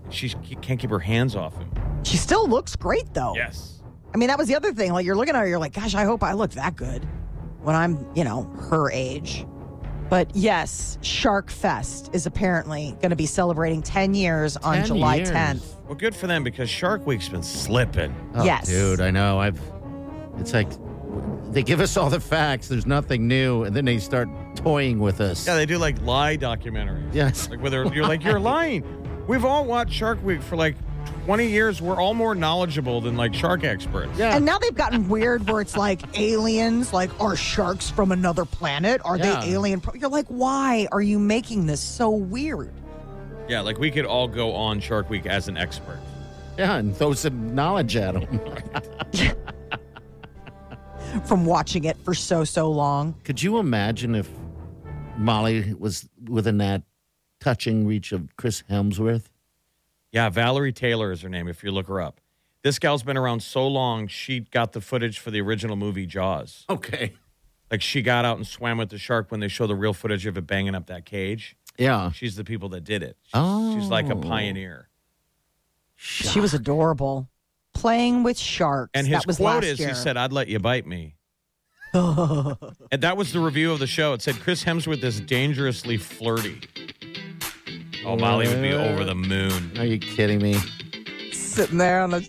[SPEAKER 4] She can't keep her hands off him.
[SPEAKER 3] She still looks great, though.
[SPEAKER 4] Yes.
[SPEAKER 3] I mean, that was the other thing. Like, you're looking at her, you're like, gosh, I hope I look that good when I'm, you know, her age. But yes, Shark Fest is apparently going to be celebrating 10 years on
[SPEAKER 2] 10
[SPEAKER 3] July
[SPEAKER 2] years.
[SPEAKER 3] 10th.
[SPEAKER 4] Well, good for them because Shark Week's been slipping.
[SPEAKER 2] Oh,
[SPEAKER 3] Yes.
[SPEAKER 2] dude, I know. I've. It's like they give us all the facts. There's nothing new, and then they start toying with us.
[SPEAKER 4] Yeah, they do like lie documentaries. (laughs)
[SPEAKER 2] Yes.
[SPEAKER 4] Like whether you're like
[SPEAKER 2] (laughs)
[SPEAKER 4] you're lying. We've all watched Shark Week for like 20 years. We're all more knowledgeable than like shark experts.
[SPEAKER 2] Yeah.
[SPEAKER 3] And now they've gotten weird where it's
[SPEAKER 4] (laughs)
[SPEAKER 3] like aliens, like, are sharks from another planet? Are
[SPEAKER 2] Yeah.
[SPEAKER 3] they alien? pro- You're like, why are you making this so weird?
[SPEAKER 4] Yeah, like we could all go on Shark Week as an expert.
[SPEAKER 2] yeah, and throw some knowledge at them.
[SPEAKER 3] From watching it for so, so long.
[SPEAKER 2] Could you imagine if Molly was within that touching reach of Chris Hemsworth?
[SPEAKER 4] Yeah, Valerie Taylor is her name if you look her up. This gal's been around so long, she got the footage for the original movie Jaws.
[SPEAKER 2] Okay.
[SPEAKER 4] Like she got out and swam with the shark when they show the real footage of it banging up that cage.
[SPEAKER 2] Yeah.
[SPEAKER 4] She's the people that did it. She's,
[SPEAKER 2] Oh.
[SPEAKER 4] she's like a pioneer.
[SPEAKER 3] She was adorable. Playing with sharks.
[SPEAKER 4] And his
[SPEAKER 3] that was
[SPEAKER 4] quote
[SPEAKER 3] last
[SPEAKER 4] is
[SPEAKER 3] year.
[SPEAKER 4] he said, I'd let you
[SPEAKER 2] (laughs)
[SPEAKER 4] bite me. and that was the review of the show. It said Chris Hemsworth is dangerously flirty. Oh, Molly would be over the moon.
[SPEAKER 2] Are you kidding me?
[SPEAKER 3] sitting there on a,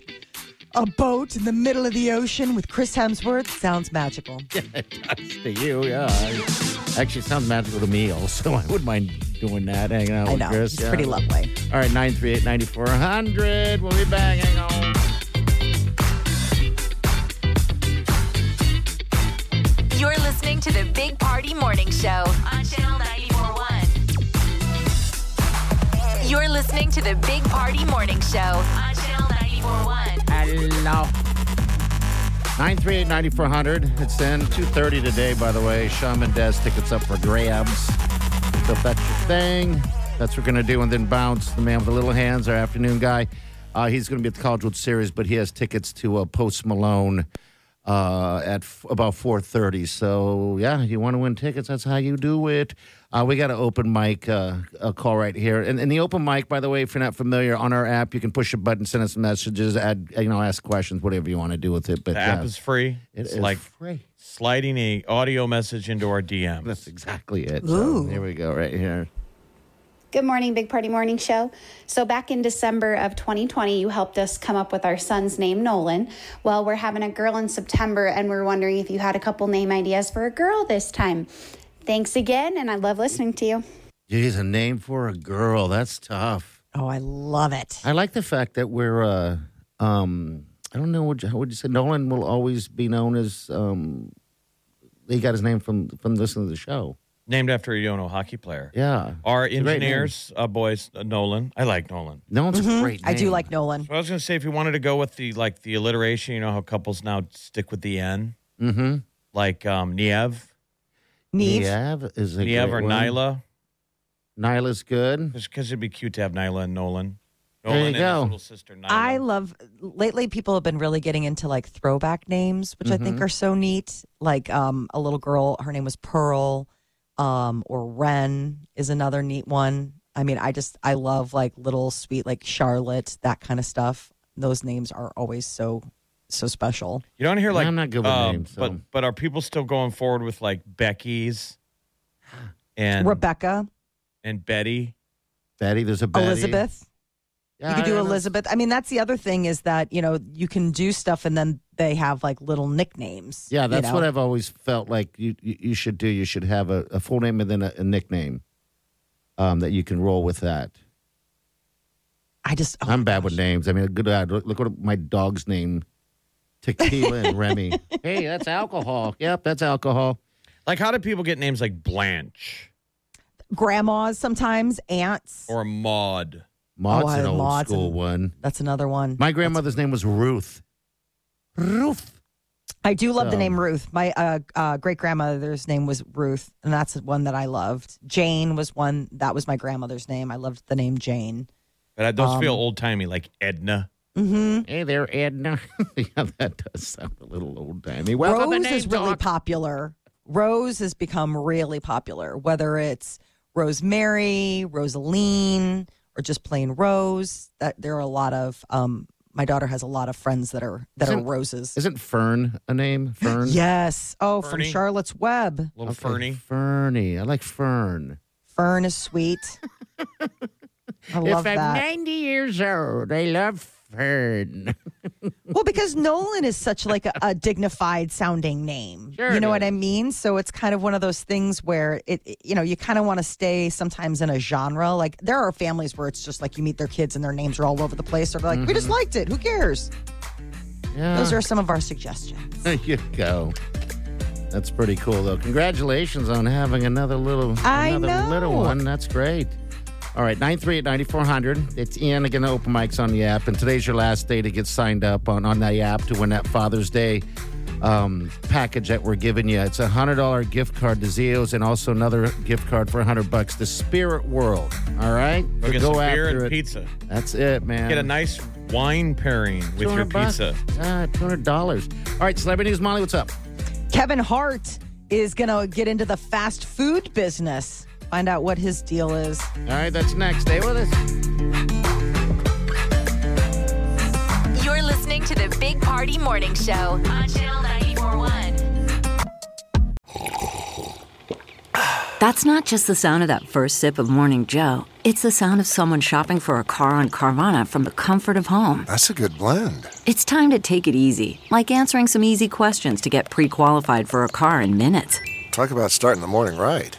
[SPEAKER 3] a boat in the middle of the ocean with Chris Hemsworth sounds magical.
[SPEAKER 2] It's to you, yeah. Actually, it sounds magical to me also. I wouldn't mind doing that, hanging out
[SPEAKER 3] I
[SPEAKER 2] with
[SPEAKER 3] know.
[SPEAKER 2] Chris.
[SPEAKER 3] It's
[SPEAKER 2] yeah.
[SPEAKER 3] pretty lovely.
[SPEAKER 2] All right, 938 9400. We'll be back. Hang on.
[SPEAKER 5] You're listening to the Big Party Morning Show on Channel 941. You're listening to the Big Party Morning Show on Channel 941.
[SPEAKER 2] Hello. 938 9400. It's in 2.30 today, by the way. Shawn Mendes tickets up for grabs. So if that's your thing, that's what we're going to do. And then Bounce, the man with the little hands, our afternoon guy. Uh, he's going to be at the College World Series, but he has tickets to uh, Post Malone uh, at f- about 4.30. So, yeah, you want to win tickets, that's how you do it. Uh, we got an open mic uh, a call right here. And, and the open mic, by the way, if you're not familiar, on our app, you can push a button, send us messages, add, you know, ask questions, whatever you want to do with it. But
[SPEAKER 4] The app
[SPEAKER 2] yeah,
[SPEAKER 4] is free.
[SPEAKER 2] it
[SPEAKER 4] it's
[SPEAKER 2] is
[SPEAKER 4] like
[SPEAKER 2] free.
[SPEAKER 4] sliding a audio message into our DM.
[SPEAKER 2] That's exactly it. So, here we go, right here.
[SPEAKER 9] Good morning, Big Party Morning Show. So, back in December of 2020, you helped us come up with our son's name, Nolan. Well, we're having a girl in September, and we're wondering if you had a couple name ideas for a girl this time. Thanks again, and I love listening to you.
[SPEAKER 2] Geez, a name for a girl. That's tough.
[SPEAKER 3] Oh, I love it.
[SPEAKER 2] I like the fact that we're, uh, um, I don't know, what, how would you say? Nolan will always be known as, um, he got his name from from listening to the show.
[SPEAKER 4] Named after a Yono hockey player.
[SPEAKER 2] Yeah.
[SPEAKER 4] Our
[SPEAKER 2] a great name.
[SPEAKER 4] engineers, uh, boys, uh, Nolan. I like Nolan.
[SPEAKER 2] Nolan's a great
[SPEAKER 3] Mm-hmm. I do
[SPEAKER 2] name.
[SPEAKER 3] like Nolan.
[SPEAKER 4] So I was going to say, if you wanted to go with the like the alliteration, you know how couples now stick with the N,
[SPEAKER 2] Mm-hmm.
[SPEAKER 4] like um, Niev,
[SPEAKER 3] Neve.
[SPEAKER 2] Niev is a
[SPEAKER 4] Niev
[SPEAKER 2] great
[SPEAKER 4] or
[SPEAKER 2] one.
[SPEAKER 4] Nyla,
[SPEAKER 2] Nyla's good.
[SPEAKER 4] because it'd be cute to have Nyla and Nolan.
[SPEAKER 2] There
[SPEAKER 4] Nolan
[SPEAKER 2] you
[SPEAKER 4] and
[SPEAKER 2] go.
[SPEAKER 4] his little sister Nyla.
[SPEAKER 3] I love, lately, people have been really getting into like throwback names, which I
[SPEAKER 2] Mm-hmm.
[SPEAKER 3] think are so neat. Like um, a little girl, her name was Pearl, um, or Wren is another neat one. I mean, I just, I love like little sweet, like Charlotte, that kind of stuff. Those names are always so, so special.
[SPEAKER 4] you don't hear like
[SPEAKER 2] I'm not good with
[SPEAKER 4] um,
[SPEAKER 2] names, so-
[SPEAKER 4] but but are people still going forward with like
[SPEAKER 2] (gasps)
[SPEAKER 4] Becky's and
[SPEAKER 3] Rebecca,
[SPEAKER 4] and Betty?
[SPEAKER 2] Betty, there's a Betty.
[SPEAKER 3] Elizabeth.
[SPEAKER 2] Yeah,
[SPEAKER 3] you could
[SPEAKER 2] I
[SPEAKER 3] do
[SPEAKER 2] don't know.
[SPEAKER 3] Elizabeth. I mean, that's the other thing is that you know you can do stuff and then they have like little nicknames.
[SPEAKER 2] Yeah, that's
[SPEAKER 3] you know?
[SPEAKER 2] what I've always felt like you you, you should do. You should have a, a full name and then a, a nickname um, that you can roll with that.
[SPEAKER 3] I just. oh
[SPEAKER 2] I'm
[SPEAKER 3] my
[SPEAKER 2] bad
[SPEAKER 3] gosh.
[SPEAKER 2] with names. I mean, good God, look, look what my dog's name, Tequila and Remy.
[SPEAKER 3] (laughs)
[SPEAKER 2] Hey, that's alcohol. Yep, that's alcohol.
[SPEAKER 4] Like, how do people get names like Blanche
[SPEAKER 3] grandmas sometimes aunts.
[SPEAKER 4] or Maud?
[SPEAKER 2] Maud's
[SPEAKER 3] Oh, I-
[SPEAKER 2] an old
[SPEAKER 3] Maud's
[SPEAKER 2] school
[SPEAKER 3] an-
[SPEAKER 2] one.
[SPEAKER 3] that's another one.
[SPEAKER 2] My grandmother's name was Ruth. Ruth.
[SPEAKER 3] I do love the
[SPEAKER 2] um,
[SPEAKER 3] name Ruth. My uh, uh, great grandmother's name was Ruth, and that's one that I loved. Jane was one that was my grandmother's name. I loved the name Jane.
[SPEAKER 4] But those
[SPEAKER 3] Um,
[SPEAKER 4] feel old timey, like Edna.
[SPEAKER 3] Mm-hmm.
[SPEAKER 2] Hey there, Edna. (laughs) yeah, that does sound a little old timey. Welcome to
[SPEAKER 3] Rose
[SPEAKER 2] Name
[SPEAKER 3] is really
[SPEAKER 2] Talk.
[SPEAKER 3] popular. Rose has become really popular, whether it's Rosemary, Rosaline, or just plain Rose. That there are a lot of um, My daughter has a lot of friends that are that are
[SPEAKER 2] Isn't-
[SPEAKER 3] roses.
[SPEAKER 2] Isn't Fern a name? Fern?
[SPEAKER 3] Yes. Oh,
[SPEAKER 4] Fernie?
[SPEAKER 3] from Charlotte's Web.
[SPEAKER 4] Little
[SPEAKER 2] Okay,
[SPEAKER 4] Fernie.
[SPEAKER 2] Fernie. I like Fern.
[SPEAKER 3] Fern is
[SPEAKER 2] (laughs)
[SPEAKER 3] sweet. I love
[SPEAKER 2] if I'm
[SPEAKER 3] that.
[SPEAKER 2] 90 years old, I love Fern.
[SPEAKER 3] Well, because Nolan is such like a, a dignified sounding name.
[SPEAKER 2] Sure
[SPEAKER 3] you know
[SPEAKER 2] it
[SPEAKER 3] what I mean? So it's kind of one of those things where it, it- you know, you kind of want to stay sometimes in a genre. Like there are families where it's just like you meet their kids and their names are all over the place. Or they're like, we
[SPEAKER 2] Mm-hmm.
[SPEAKER 3] just liked it. Who cares?
[SPEAKER 2] Yeah.
[SPEAKER 3] Those are some of our suggestions.
[SPEAKER 2] (laughs) There you go. That's pretty cool, though. Congratulations on having another little,
[SPEAKER 3] I
[SPEAKER 2] another
[SPEAKER 3] know.
[SPEAKER 2] little one. That's great. All right, 938-9400. It's Ian again. the Open mics on the app, and today's your last day to get signed up on on the app to win that Father's Day um, package that we're giving you. It's a hundred dollar gift card to Zio's, and also another gift card for hundred bucks to Spirit World. All right,
[SPEAKER 4] Go
[SPEAKER 2] To
[SPEAKER 4] get some beer and
[SPEAKER 2] it.
[SPEAKER 4] pizza.
[SPEAKER 2] That's it, man.
[SPEAKER 4] Get a nice wine pairing with your
[SPEAKER 2] 200 bucks.
[SPEAKER 4] pizza.
[SPEAKER 2] Ah, two hundred dollars. All right, celebrity news, Molly. What's up?
[SPEAKER 3] Kevin Hart is going to get into the fast food business. Find out what his deal is.
[SPEAKER 2] All right, that's next. Stay with us.
[SPEAKER 5] You're listening to the Big Party Morning Show on Channel 941.
[SPEAKER 10] That's not just the sound of that first sip of Morning Joe. It's the sound of someone shopping for a car on Carvana from the comfort of home.
[SPEAKER 11] That's a good blend.
[SPEAKER 10] It's time to take it easy, like answering some easy questions to get pre qualified for a car in minutes.
[SPEAKER 11] Talk about starting the morning right.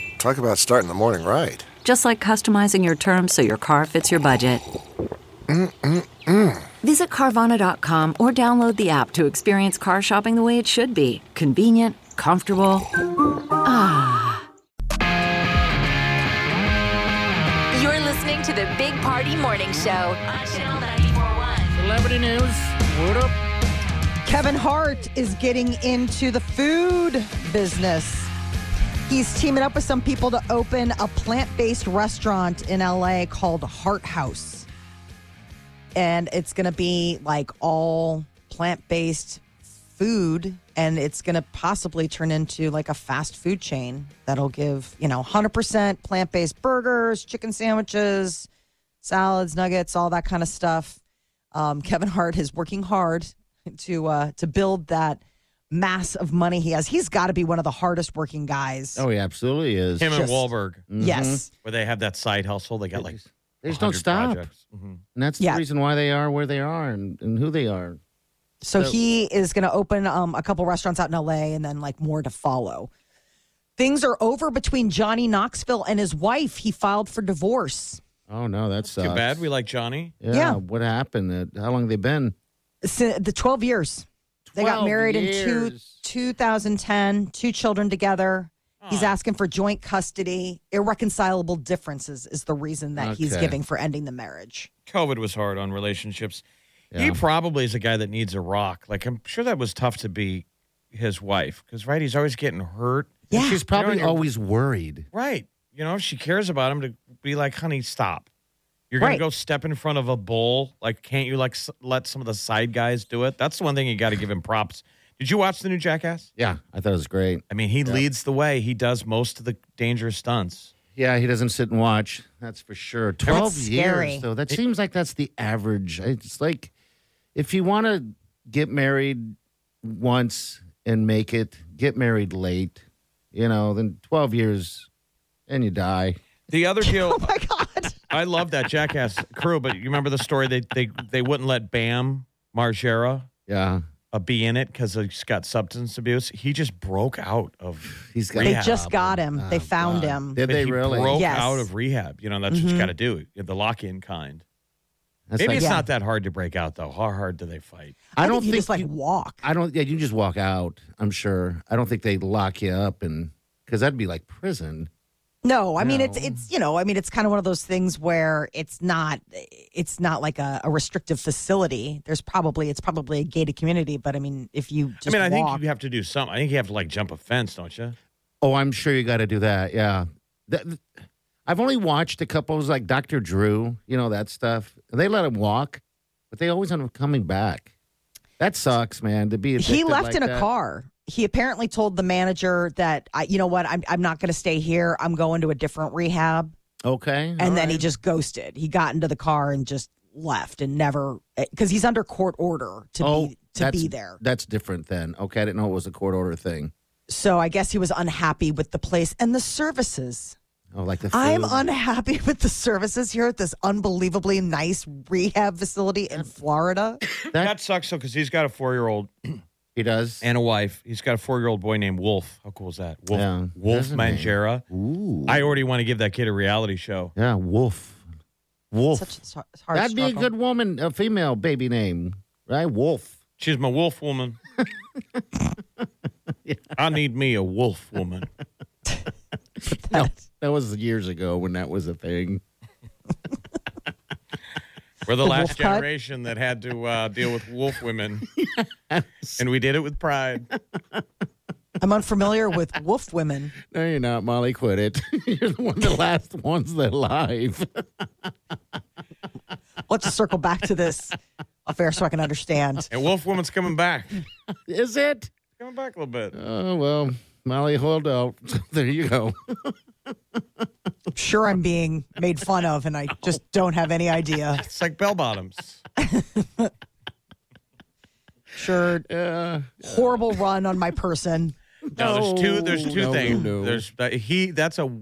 [SPEAKER 11] Talk about starting the morning right.
[SPEAKER 10] Just like customizing your terms so your car fits your budget. Visit Carvana.com or download the app to experience car shopping the way it should be convenient, comfortable. Ah.
[SPEAKER 5] You're listening to the Big Party Morning Show on Channel 941.
[SPEAKER 2] Celebrity news. What up?
[SPEAKER 12] Kevin Hart is getting into the food business.
[SPEAKER 3] He's teaming up with some people to open a plant based restaurant in LA called Heart House. And it's going to be like all plant based food. And it's going to possibly turn into like a fast food chain that'll give, you know, 100% plant based burgers, chicken sandwiches, salads, nuggets, all that kind of stuff. Um, (laughs) Kevin Hart is working hard to uh, to build that mass of money he has. He's got to be one of the hardest working guys.
[SPEAKER 2] Oh, he absolutely is.
[SPEAKER 4] Him and
[SPEAKER 3] Just-
[SPEAKER 4] Wahlberg,
[SPEAKER 2] Mm-hmm.
[SPEAKER 3] Yes.
[SPEAKER 4] where they have that side hustle. They got like
[SPEAKER 2] They just Mm. don't
[SPEAKER 4] 100
[SPEAKER 2] stop.
[SPEAKER 4] projects. Mhm.
[SPEAKER 2] And that's
[SPEAKER 3] Yeah.
[SPEAKER 2] the reason why they are where they are and, and who they are.
[SPEAKER 3] So,
[SPEAKER 2] So-
[SPEAKER 3] he is going to open um, a couple restaurants out in LA and then like more to follow. Things are over between Johnny Knoxville and his wife. He filed for divorce
[SPEAKER 2] Oh, no, that
[SPEAKER 4] Too
[SPEAKER 2] sucks.
[SPEAKER 4] bad we like Johnny.
[SPEAKER 2] Yeah.
[SPEAKER 3] Yeah.
[SPEAKER 2] What happened? Uh, How long they been?
[SPEAKER 3] Si- the 12 years. They got
[SPEAKER 2] 12
[SPEAKER 3] married in two,
[SPEAKER 2] years.
[SPEAKER 3] 2010, two children together. He's asking for joint custody. Irreconcilable differences is the reason that he's
[SPEAKER 2] Okay.
[SPEAKER 3] giving for ending the marriage. (laughs)
[SPEAKER 4] COVID was hard on relationships. He
[SPEAKER 2] Yeah.
[SPEAKER 4] probably is a guy that needs a rock. Like I'm sure that was tough to be his wife because right, he's always getting hurt.
[SPEAKER 2] And She's probably
[SPEAKER 4] You know, you're-
[SPEAKER 2] always worried.
[SPEAKER 4] Right. You know, if she cares about him to be like, honey, stop. You're gonna
[SPEAKER 3] Right.
[SPEAKER 4] go step in front of a bull. Like, can't you like s- let some of the side guys do it? That's the one thing you got to give him props. Did you watch the new Jackass?
[SPEAKER 2] Yeah. I thought it was great.
[SPEAKER 4] I mean, he leads the way. He does most of the dangerous stunts.
[SPEAKER 2] Yeah, he doesn't sit and watch. That's for sure. 12
[SPEAKER 3] scary.
[SPEAKER 2] years, though. That seems like that's the average. It's like if you want to get married once and make it, get married late, you know, then 12 years and you die.
[SPEAKER 4] The other deal,
[SPEAKER 3] Oh my God.
[SPEAKER 4] I love that Jackass crew, but you remember the story? They they they wouldn't let Bam Margera
[SPEAKER 2] Yeah.
[SPEAKER 4] uh, be in it because he's got substance abuse. He just broke out of
[SPEAKER 2] He's got
[SPEAKER 3] They
[SPEAKER 4] Yeah.
[SPEAKER 3] just got him. they found him.
[SPEAKER 2] Did
[SPEAKER 4] But
[SPEAKER 2] they
[SPEAKER 4] he
[SPEAKER 2] really?
[SPEAKER 4] broke
[SPEAKER 3] Yes. Mm-hmm.
[SPEAKER 4] out of rehab. You know, that's what you got to do. The lock in kind.
[SPEAKER 2] That's
[SPEAKER 4] Maybe
[SPEAKER 2] like-
[SPEAKER 4] it's
[SPEAKER 3] Yeah.
[SPEAKER 4] not that hard to break out, though. How hard do they fight?
[SPEAKER 2] I, don't
[SPEAKER 3] you
[SPEAKER 2] think,
[SPEAKER 3] just like
[SPEAKER 2] you-
[SPEAKER 3] walk.
[SPEAKER 2] I don't. Yeah, you just walk out. I'm sure. I don't think they lock you up and because that'd be like prison.
[SPEAKER 3] No, I mean it's it's you know I mean it's kind of one of those things where it's not it's not like a, a restrictive facility. There's probably it's probably a gated community, but I mean if you just
[SPEAKER 4] I mean, I
[SPEAKER 3] walk,
[SPEAKER 4] think you have to do something. I think you have to like jump a fence, don't you?
[SPEAKER 2] Oh, I'm sure you got to do that. Yeah. That, I've only watched a couple it was like Dr. Drew, you know, that stuff. They let him walk, but they always end up coming back. That sucks, man, to be
[SPEAKER 3] he
[SPEAKER 2] addicted
[SPEAKER 3] left
[SPEAKER 2] like
[SPEAKER 3] in a
[SPEAKER 2] that.
[SPEAKER 3] car. He apparently told the manager that I, you know what I'm I'm not going to stay here. I'm going to a different rehab,
[SPEAKER 2] Okay.
[SPEAKER 3] and then he just ghosted. He got into the car and just left and never because he's under court order to be to
[SPEAKER 2] Oh, that's-
[SPEAKER 3] be there.
[SPEAKER 2] That's different then. Okay, I didn't know it was a court order thing.
[SPEAKER 3] So I guess he was unhappy with the place and the services.
[SPEAKER 2] Oh, like the food.
[SPEAKER 3] I'm unhappy (laughs) with the services here at this unbelievably nice rehab facility in Florida.
[SPEAKER 4] That, sucks though, because he's got a four-year-old.
[SPEAKER 2] he does,
[SPEAKER 4] and a wife. He's got a four-year-old boy named Wolf. How cool is that? Wolf,
[SPEAKER 2] Yeah,
[SPEAKER 4] Wolf
[SPEAKER 2] that's a name.
[SPEAKER 4] Mangera.
[SPEAKER 2] Ooh.
[SPEAKER 4] I already want to give that kid a reality show.
[SPEAKER 2] Yeah, Wolf. Wolf.
[SPEAKER 3] hard
[SPEAKER 2] That'd be a
[SPEAKER 3] struggle.
[SPEAKER 2] good woman, a female baby name, right?
[SPEAKER 3] (laughs)
[SPEAKER 2] Wolf.
[SPEAKER 4] She's my
[SPEAKER 2] (laughs)
[SPEAKER 4] wolf woman. I need me a wolf woman.
[SPEAKER 2] No, that was years ago when that was a thing.
[SPEAKER 4] We're the,
[SPEAKER 2] The
[SPEAKER 4] last
[SPEAKER 2] wolf pack?
[SPEAKER 4] generation that had to uh, deal with wolf women, and we did it with pride.
[SPEAKER 3] I'm unfamiliar with wolf women.
[SPEAKER 2] No, you're not, Molly. Quit it. (laughs) you're the one of the last ones that live. (laughs)
[SPEAKER 3] Let's circle back to this affair so I can understand.
[SPEAKER 4] And wolf woman's coming back.
[SPEAKER 2] Is it?
[SPEAKER 4] Coming back a little bit.
[SPEAKER 2] Oh, well, Molly, hold out. (laughs) there you go.
[SPEAKER 3] I'm sure I'm being made fun of, and I just don't have any idea.
[SPEAKER 4] It's like bell bottoms.
[SPEAKER 3] Sure,
[SPEAKER 2] Uh, Yeah.
[SPEAKER 3] horrible run on my person.
[SPEAKER 4] No, there's two. There's two
[SPEAKER 2] No,
[SPEAKER 4] things.
[SPEAKER 2] no.
[SPEAKER 4] There's that he. That's a.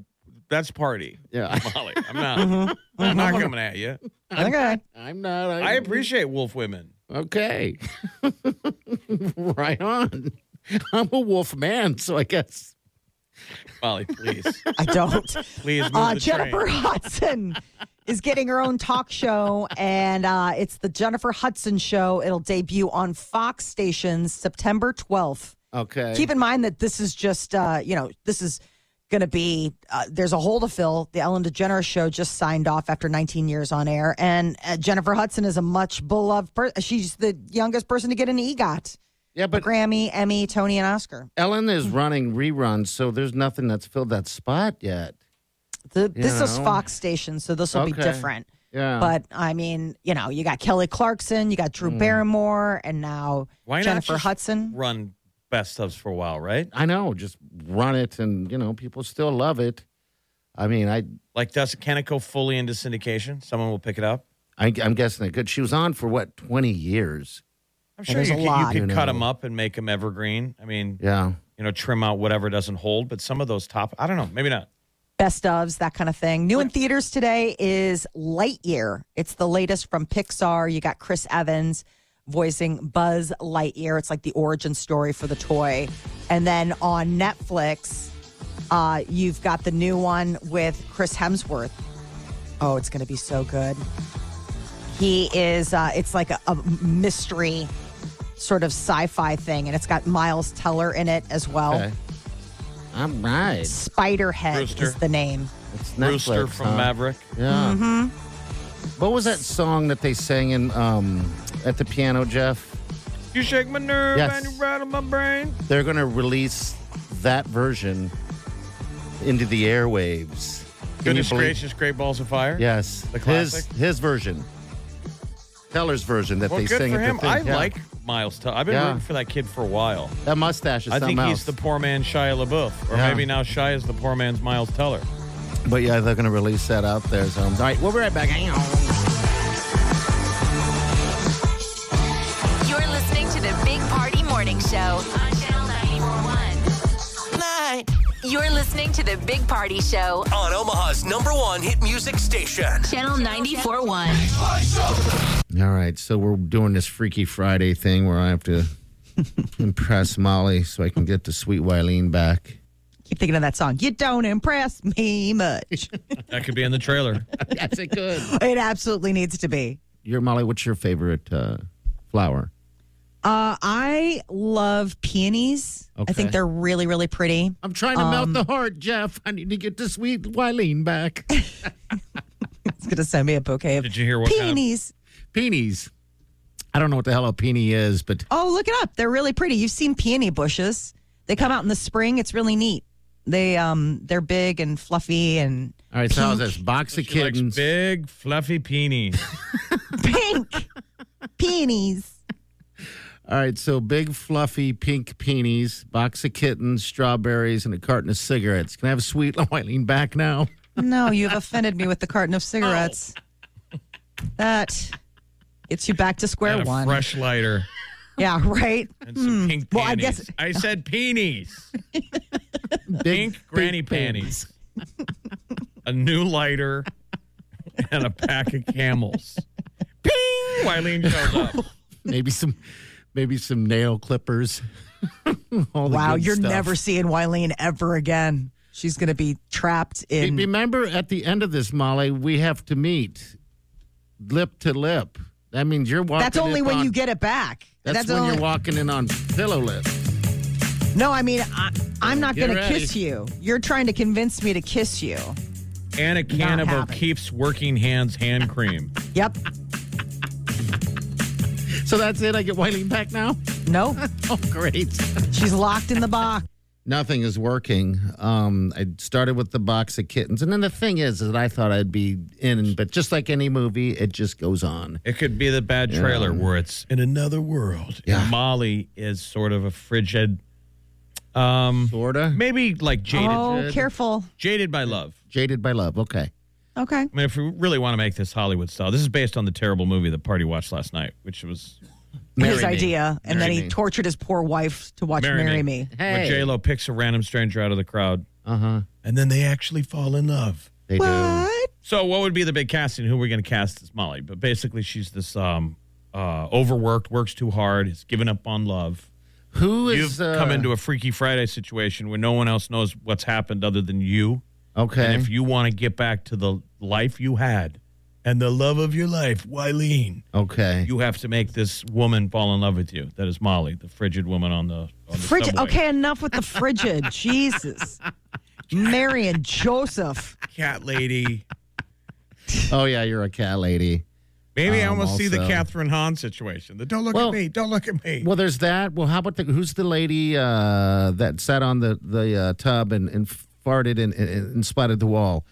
[SPEAKER 4] That's party.
[SPEAKER 2] Yeah. (laughs)
[SPEAKER 4] Molly, I'm not. I'm not coming at you.
[SPEAKER 3] Okay.
[SPEAKER 2] I'm not.
[SPEAKER 4] I appreciate wolf women.
[SPEAKER 2] Okay. (laughs) right on. I'm a wolf man, so I guess.
[SPEAKER 4] Molly, please,
[SPEAKER 3] I don't.
[SPEAKER 4] please move
[SPEAKER 3] Uh,
[SPEAKER 4] the (laughs)
[SPEAKER 3] Jennifer
[SPEAKER 4] train.
[SPEAKER 3] Hudson is getting her own talk show, and uh, it's the Jennifer Hudson Show. It'll debut on Fox stations September 12th.
[SPEAKER 2] Okay.
[SPEAKER 3] Keep in mind that this is just, uh, you know, this is going to be, uh, there's a hole to fill. The Ellen DeGeneres Show just signed off after 19 years on air, and uh, Jennifer Hudson is a much beloved person. She's the youngest person to get an E EGOT.
[SPEAKER 2] yeah, but
[SPEAKER 3] Grammy, Emmy, Tony, and Oscar.
[SPEAKER 2] Ellen is running reruns, so there's nothing that's filled that spot yet.
[SPEAKER 3] The, this is
[SPEAKER 2] know.
[SPEAKER 3] Fox station, so this will be
[SPEAKER 2] Okay.
[SPEAKER 3] different.
[SPEAKER 2] Yeah.
[SPEAKER 3] But I mean, you know, you got Kelly Clarkson, you got Drew Barrymore, and now
[SPEAKER 4] Mm. Why not
[SPEAKER 3] Jennifer
[SPEAKER 4] just-
[SPEAKER 3] Hudson.
[SPEAKER 4] Run best ofs for a while, right?
[SPEAKER 2] I know, just run it, and you know, people still love it. I mean, I,
[SPEAKER 4] Like, does can it go fully into syndication? Someone will pick it up.
[SPEAKER 2] I I'm guessing it could. She was on for what 20 years.
[SPEAKER 4] I'm
[SPEAKER 3] Yeah,
[SPEAKER 4] sure
[SPEAKER 3] there's
[SPEAKER 4] you
[SPEAKER 3] a
[SPEAKER 4] could,
[SPEAKER 3] lot.
[SPEAKER 4] you could
[SPEAKER 2] You
[SPEAKER 4] cut
[SPEAKER 2] know.
[SPEAKER 4] them up and make them evergreen. I mean,
[SPEAKER 2] Yeah.
[SPEAKER 4] you know, trim out whatever doesn't hold. But some of those top, I don't know, maybe not.
[SPEAKER 3] Best ofs, that kind of thing. New in theaters today is Lightyear. It's the latest from Pixar. You got Chris Evans voicing Buzz Lightyear. It's like the origin story for the toy. And then on Netflix, uh, you've got the new one with Chris Hemsworth. Oh, it's going to be so good. He is, uh, it's like a, a mystery sort of sci fi thing, and it's got Miles Teller in it as well.
[SPEAKER 2] Okay. All right.
[SPEAKER 3] Spiderhead
[SPEAKER 4] Rooster.
[SPEAKER 3] is the name.
[SPEAKER 2] It's
[SPEAKER 4] Rooster
[SPEAKER 2] Netflix,
[SPEAKER 4] from
[SPEAKER 2] huh?
[SPEAKER 4] Maverick.
[SPEAKER 2] Yeah. What was that song that they sang in um, at the piano, Jeff?
[SPEAKER 4] You shake my nerve
[SPEAKER 2] Yes.
[SPEAKER 4] and you rattle my brain.
[SPEAKER 2] They're going to release that version into the airwaves. Can you
[SPEAKER 4] Goodness
[SPEAKER 2] believe-
[SPEAKER 4] gracious, great balls of fire.
[SPEAKER 2] Yes.
[SPEAKER 4] The
[SPEAKER 2] his
[SPEAKER 4] classic.
[SPEAKER 2] his version. Teller's version that
[SPEAKER 4] Well,
[SPEAKER 2] they
[SPEAKER 4] good
[SPEAKER 2] sing
[SPEAKER 4] for
[SPEAKER 2] at
[SPEAKER 4] him.
[SPEAKER 2] the thing.
[SPEAKER 4] I
[SPEAKER 2] Yeah.
[SPEAKER 4] like Miles Teller. I've been
[SPEAKER 2] Yeah.
[SPEAKER 4] rooting for that kid for a while.
[SPEAKER 2] that mustache is
[SPEAKER 4] I
[SPEAKER 2] something
[SPEAKER 4] think he's
[SPEAKER 2] else.
[SPEAKER 4] the poor man Shia LaBeouf, or
[SPEAKER 2] Yeah.
[SPEAKER 4] maybe now Shia is the poor man's Miles Teller.
[SPEAKER 2] But yeah, they're going to release that out there. So, all right, we'll be right back. Hang on.
[SPEAKER 5] You're listening to the Big Party Morning Show on Channel 941.
[SPEAKER 6] Night.
[SPEAKER 5] You're listening to the Big Party Show,
[SPEAKER 6] On Omaha's number one hit music station.
[SPEAKER 5] Channel 941.
[SPEAKER 2] All right, so we're doing this Freaky Friday thing where I have
[SPEAKER 4] (laughs)
[SPEAKER 2] to impress Molly so I can get the sweet Wileen back.
[SPEAKER 3] Keep thinking of that song. You don't impress me
[SPEAKER 2] (laughs)
[SPEAKER 3] much.
[SPEAKER 4] That could be in the trailer.
[SPEAKER 2] That's it. Good.
[SPEAKER 3] it absolutely needs to be.
[SPEAKER 2] Your Molly, what's your favorite uh, flower?
[SPEAKER 3] Uh, I love peonies. I
[SPEAKER 2] Okay.
[SPEAKER 3] think they're really, really pretty.
[SPEAKER 2] I'm trying to
[SPEAKER 4] Um,
[SPEAKER 2] melt the heart, Jeff. I need to get the sweet Wileen back. (laughs)
[SPEAKER 3] It's going to send me a bouquet of
[SPEAKER 2] Did you hear what kind of-
[SPEAKER 3] peonies.
[SPEAKER 2] Peonies. I don't know what the hell a peony is, but
[SPEAKER 3] Oh, look it up. They're really pretty. You've seen peony bushes. They come out in the spring. It's really neat. They um they're big and fluffy
[SPEAKER 2] (laughs)
[SPEAKER 3] and
[SPEAKER 2] all right. So how's this box of kittens?
[SPEAKER 4] Big fluffy peony.
[SPEAKER 3] pink peonies.
[SPEAKER 2] All right, so big fluffy pink peonies, box of kittens, strawberries, and a carton of cigarettes. Can I have a sweet (laughs) Wileen back now?
[SPEAKER 3] No, you've offended me with the carton of cigarettes.
[SPEAKER 2] Oh.
[SPEAKER 3] That gets you back to square
[SPEAKER 4] And a
[SPEAKER 3] one.
[SPEAKER 4] fresh lighter.
[SPEAKER 3] Yeah, right.
[SPEAKER 4] And
[SPEAKER 2] Hmm.
[SPEAKER 4] some pink
[SPEAKER 3] Well, I
[SPEAKER 4] panties.
[SPEAKER 3] guess-
[SPEAKER 4] I said peonies. pink granny panties. a new lighter (laughs) and a pack of camels. Ping! Wileen showed (laughs) up.
[SPEAKER 2] maybe some, maybe some nail clippers. (laughs) All the
[SPEAKER 3] Wow,
[SPEAKER 2] good
[SPEAKER 3] you're
[SPEAKER 2] stuff.
[SPEAKER 3] never seeing Wileen ever again. She's going to be trapped
[SPEAKER 2] Hey,
[SPEAKER 3] in.
[SPEAKER 2] Remember, at the end of this, Molly, we have to meet, lip to lip. That means you're walking.
[SPEAKER 3] that's only
[SPEAKER 2] in
[SPEAKER 3] when
[SPEAKER 2] on-
[SPEAKER 3] you get it back.
[SPEAKER 2] That's, when you're walking in on pillow lip.
[SPEAKER 3] No, I mean, I, I'm not
[SPEAKER 2] Get
[SPEAKER 3] going to
[SPEAKER 2] ready.
[SPEAKER 3] kiss you. You're trying to convince me to kiss you.
[SPEAKER 4] And a can
[SPEAKER 3] Not
[SPEAKER 4] of
[SPEAKER 3] happening.
[SPEAKER 4] O'Keefe's working hands hand cream.
[SPEAKER 3] Yep.
[SPEAKER 2] So that's it. I get Wileen back now. (laughs)
[SPEAKER 3] No.
[SPEAKER 2] oh, great.
[SPEAKER 3] She's locked in the
[SPEAKER 2] (laughs)
[SPEAKER 3] box.
[SPEAKER 2] nothing is working. Um, I started with the box of kittens, and then the thing is, is that I thought I'd be in, but just like any movie, it just goes on.
[SPEAKER 4] It could be the bad trailer where it's in another world.
[SPEAKER 2] Yeah.
[SPEAKER 4] And Molly is sort of a frigid, um,
[SPEAKER 2] sorta,
[SPEAKER 4] maybe like jaded,
[SPEAKER 3] Oh, careful.
[SPEAKER 4] jaded by love.
[SPEAKER 2] Jaded by love. Okay.
[SPEAKER 3] Okay.
[SPEAKER 4] I mean, if we really want to make this Hollywood style, this is based on the terrible movie the party watched last night, which was
[SPEAKER 3] his idea, and then he tortured his poor wife to watch Marry, Me.
[SPEAKER 4] Where J Lo picks a random stranger out of the crowd. Uh huh. And then they actually fall in love.
[SPEAKER 2] Uh-huh. They
[SPEAKER 3] do.
[SPEAKER 4] So, what would be the big casting? Who we're going to cast as Molly? But basically, she's this um, uh, overworked, works too hard, has given up on love.
[SPEAKER 2] Who is,
[SPEAKER 4] You've come
[SPEAKER 2] uh,
[SPEAKER 4] into a Freaky Friday situation where no one else knows what's happened other than you.
[SPEAKER 2] Okay.
[SPEAKER 4] And if you want to get back to the life you had and the love of your life, Wileen,
[SPEAKER 2] Okay.
[SPEAKER 4] you have to make this woman fall in love with you. That is Molly, the frigid woman on the, on the
[SPEAKER 3] Frigid.
[SPEAKER 4] subway.
[SPEAKER 3] Okay, enough with the frigid. (laughs) Jesus. Marion Joseph.
[SPEAKER 4] Cat lady.
[SPEAKER 2] Oh yeah, you're a cat lady.
[SPEAKER 4] Maybe I
[SPEAKER 2] Um,
[SPEAKER 4] almost see the
[SPEAKER 2] also-
[SPEAKER 4] Catherine Hahn situation. The don't look
[SPEAKER 2] Well-
[SPEAKER 4] at me, don't look at me.
[SPEAKER 2] Well, there's that. Well, how about the who's the lady uh, that sat on the the uh, tub and, and farted and, and, and splatted the wall?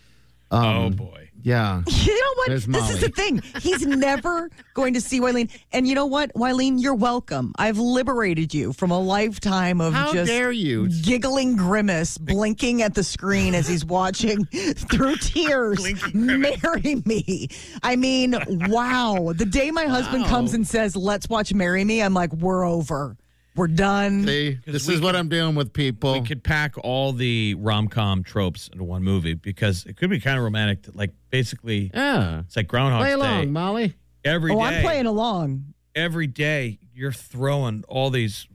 [SPEAKER 2] Um,
[SPEAKER 4] oh boy.
[SPEAKER 2] Yeah.
[SPEAKER 3] You know what?
[SPEAKER 2] There's
[SPEAKER 3] this is the
[SPEAKER 2] Molly.
[SPEAKER 3] thing. He's
[SPEAKER 2] (laughs)
[SPEAKER 3] never going to see Wileen. And you know what, Wileen, you're welcome. I've liberated you from a lifetime of
[SPEAKER 2] How
[SPEAKER 3] just
[SPEAKER 2] dare you.
[SPEAKER 3] giggling grimace, blinking at the screen as he's
[SPEAKER 2] (laughs)
[SPEAKER 3] watching through tears. Marry me. I mean, wow. The day my husband comes and says, "Let's watch Marry Me," I'm like, "We're over. We're done."
[SPEAKER 2] See, this is what I'm doing with people.
[SPEAKER 4] could pack all the rom com tropes into one movie because it could be kind of romantic. That, like basically,
[SPEAKER 2] Yeah.
[SPEAKER 4] it's like Groundhog
[SPEAKER 2] Play
[SPEAKER 4] Day.
[SPEAKER 2] along, Molly.
[SPEAKER 4] Every
[SPEAKER 3] Oh,
[SPEAKER 4] day-
[SPEAKER 3] I'm playing along.
[SPEAKER 4] every day you're throwing all these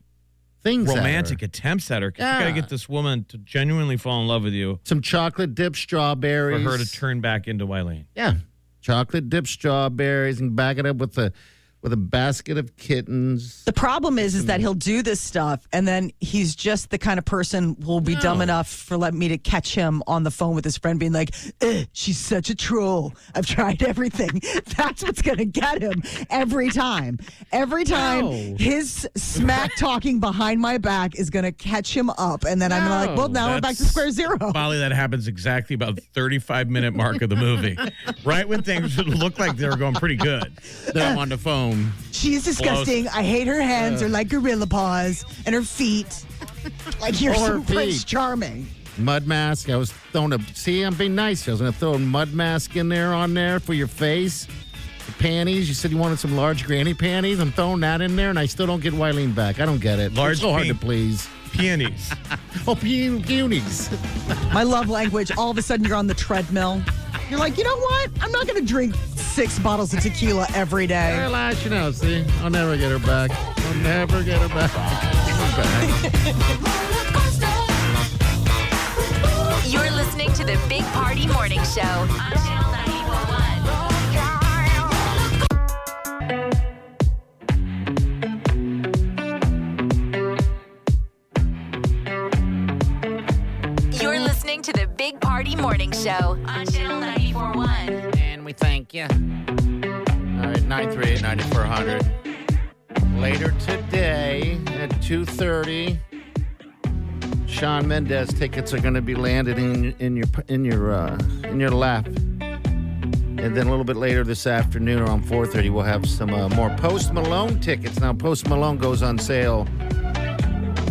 [SPEAKER 2] Things at
[SPEAKER 4] romantic attempts at her. 'cause You
[SPEAKER 2] Yeah.
[SPEAKER 4] got to get this woman to genuinely fall in love with you
[SPEAKER 2] Some chocolate dip
[SPEAKER 4] for
[SPEAKER 2] strawberries
[SPEAKER 4] her to turn back into Wileen.
[SPEAKER 2] Yeah, chocolate dip strawberries and back it up with a with a basket of kittens.
[SPEAKER 3] The problem is, is that he'll do this stuff, and then he's just the kind of person will be dumb enough for let me to catch him on the phone with his friend, being like, "Eh, "She's such a troll. I've tried everything." (laughs) That's what's gonna get him every time. Every time
[SPEAKER 2] No.
[SPEAKER 3] his
[SPEAKER 2] (laughs)
[SPEAKER 3] smack talking behind my back is gonna catch him up, and then I'm gonna like, "Well, now we're back to
[SPEAKER 4] That's-
[SPEAKER 3] square zero.
[SPEAKER 4] Molly, that happens exactly about the 35 minute mark of the
[SPEAKER 3] (laughs)
[SPEAKER 4] movie, right when things look like they're going pretty good.
[SPEAKER 2] They're on the phone.
[SPEAKER 3] (laughs) She's disgusting. I hate her hands. They're like gorilla paws, and her feet. Like you're
[SPEAKER 2] Or her
[SPEAKER 3] some Prince
[SPEAKER 2] feet.
[SPEAKER 3] Charming."
[SPEAKER 2] Mud mask. I was throwing a see. I'm being nice. I was gonna throw a mud mask in there on there for your face. The panties. You said you wanted some large granny panties. I'm throwing that in there, and I still don't get Wileen back. I don't get it.
[SPEAKER 4] Large
[SPEAKER 2] it's so hard to
[SPEAKER 4] pink.
[SPEAKER 2] please.
[SPEAKER 4] Peonies.
[SPEAKER 2] Oh, pe- peonies.
[SPEAKER 3] my love language. All of a sudden, you're on the treadmill. You're like, you know what? I'm not going to drink six bottles of tequila every day.
[SPEAKER 2] Well, I should know. See, I'll never get her back. I'll never get her back.
[SPEAKER 5] You're listening to the Big Party Morning Show on Channel 941. Big Party Morning Show on Channel 941.
[SPEAKER 2] And we thank you. All right, 938 9400. Later today at 2.30, Sean Mendez tickets are going to be landed in, in your in your uh, in your lap. And then a little bit later this afternoon, around 4:30, we'll have some uh, more Post Malone tickets. Now, Post Malone goes on sale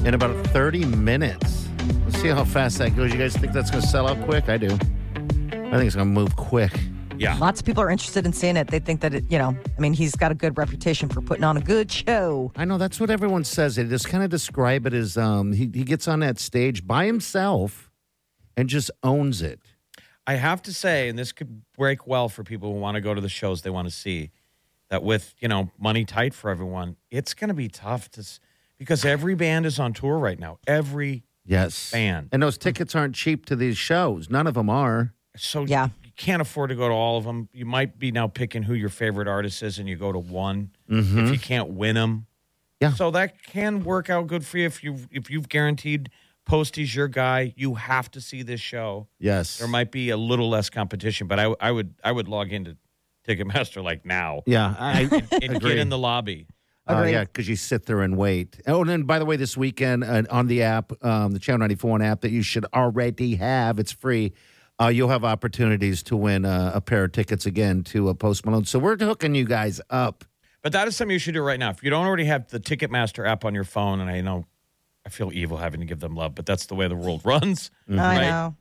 [SPEAKER 2] in about 30 minutes. Let's see how fast that goes. You guys think that's going to sell out quick? I do. I think it's going to move quick.
[SPEAKER 4] Yeah.
[SPEAKER 13] Lots of people are interested in seeing it. They think that it, you know, I mean, he's got a good reputation for putting on a good show.
[SPEAKER 2] I know that's what everyone says. They just kind of describe it as um, he, he gets on that stage by himself and just owns it.
[SPEAKER 4] I have to say, and this could break well for people who want to go to the shows they want to see, that with you know money tight for everyone, it's going to be tough to s- because every band is on tour right now. Every
[SPEAKER 2] Yes.
[SPEAKER 4] band,
[SPEAKER 2] And those tickets aren't cheap to these shows. None of them are.
[SPEAKER 4] so yeah. you can't afford to go to all of them. You might be now picking who your favorite artist is, and you go to one
[SPEAKER 2] Mhm.
[SPEAKER 4] if you can't win them.
[SPEAKER 2] Yeah.
[SPEAKER 4] So that can work out good for you if you if you've guaranteed Posty's your guy. You have to see this show.
[SPEAKER 2] Yes.
[SPEAKER 4] There might be a little less competition, but I I would I would log into Ticketmaster like now.
[SPEAKER 2] Yeah, (laughs) I-
[SPEAKER 4] and, and
[SPEAKER 2] agree.
[SPEAKER 4] get in the lobby.
[SPEAKER 2] Oh yeah, because you sit there and wait. Oh, and then by the way, this weekend uh, on the app, um, the Channel 94 app that you should already have, it's free. Uh, you'll have opportunities to win uh, a pair of tickets again to a Post Malone. So we're hooking you guys up.
[SPEAKER 4] But that is something you should do right now. If you don't already have the Ticketmaster app on your phone, and I know I feel evil having to give them love, but that's the way the world (laughs) runs.
[SPEAKER 13] I
[SPEAKER 4] Mm-hmm. right?
[SPEAKER 13] know.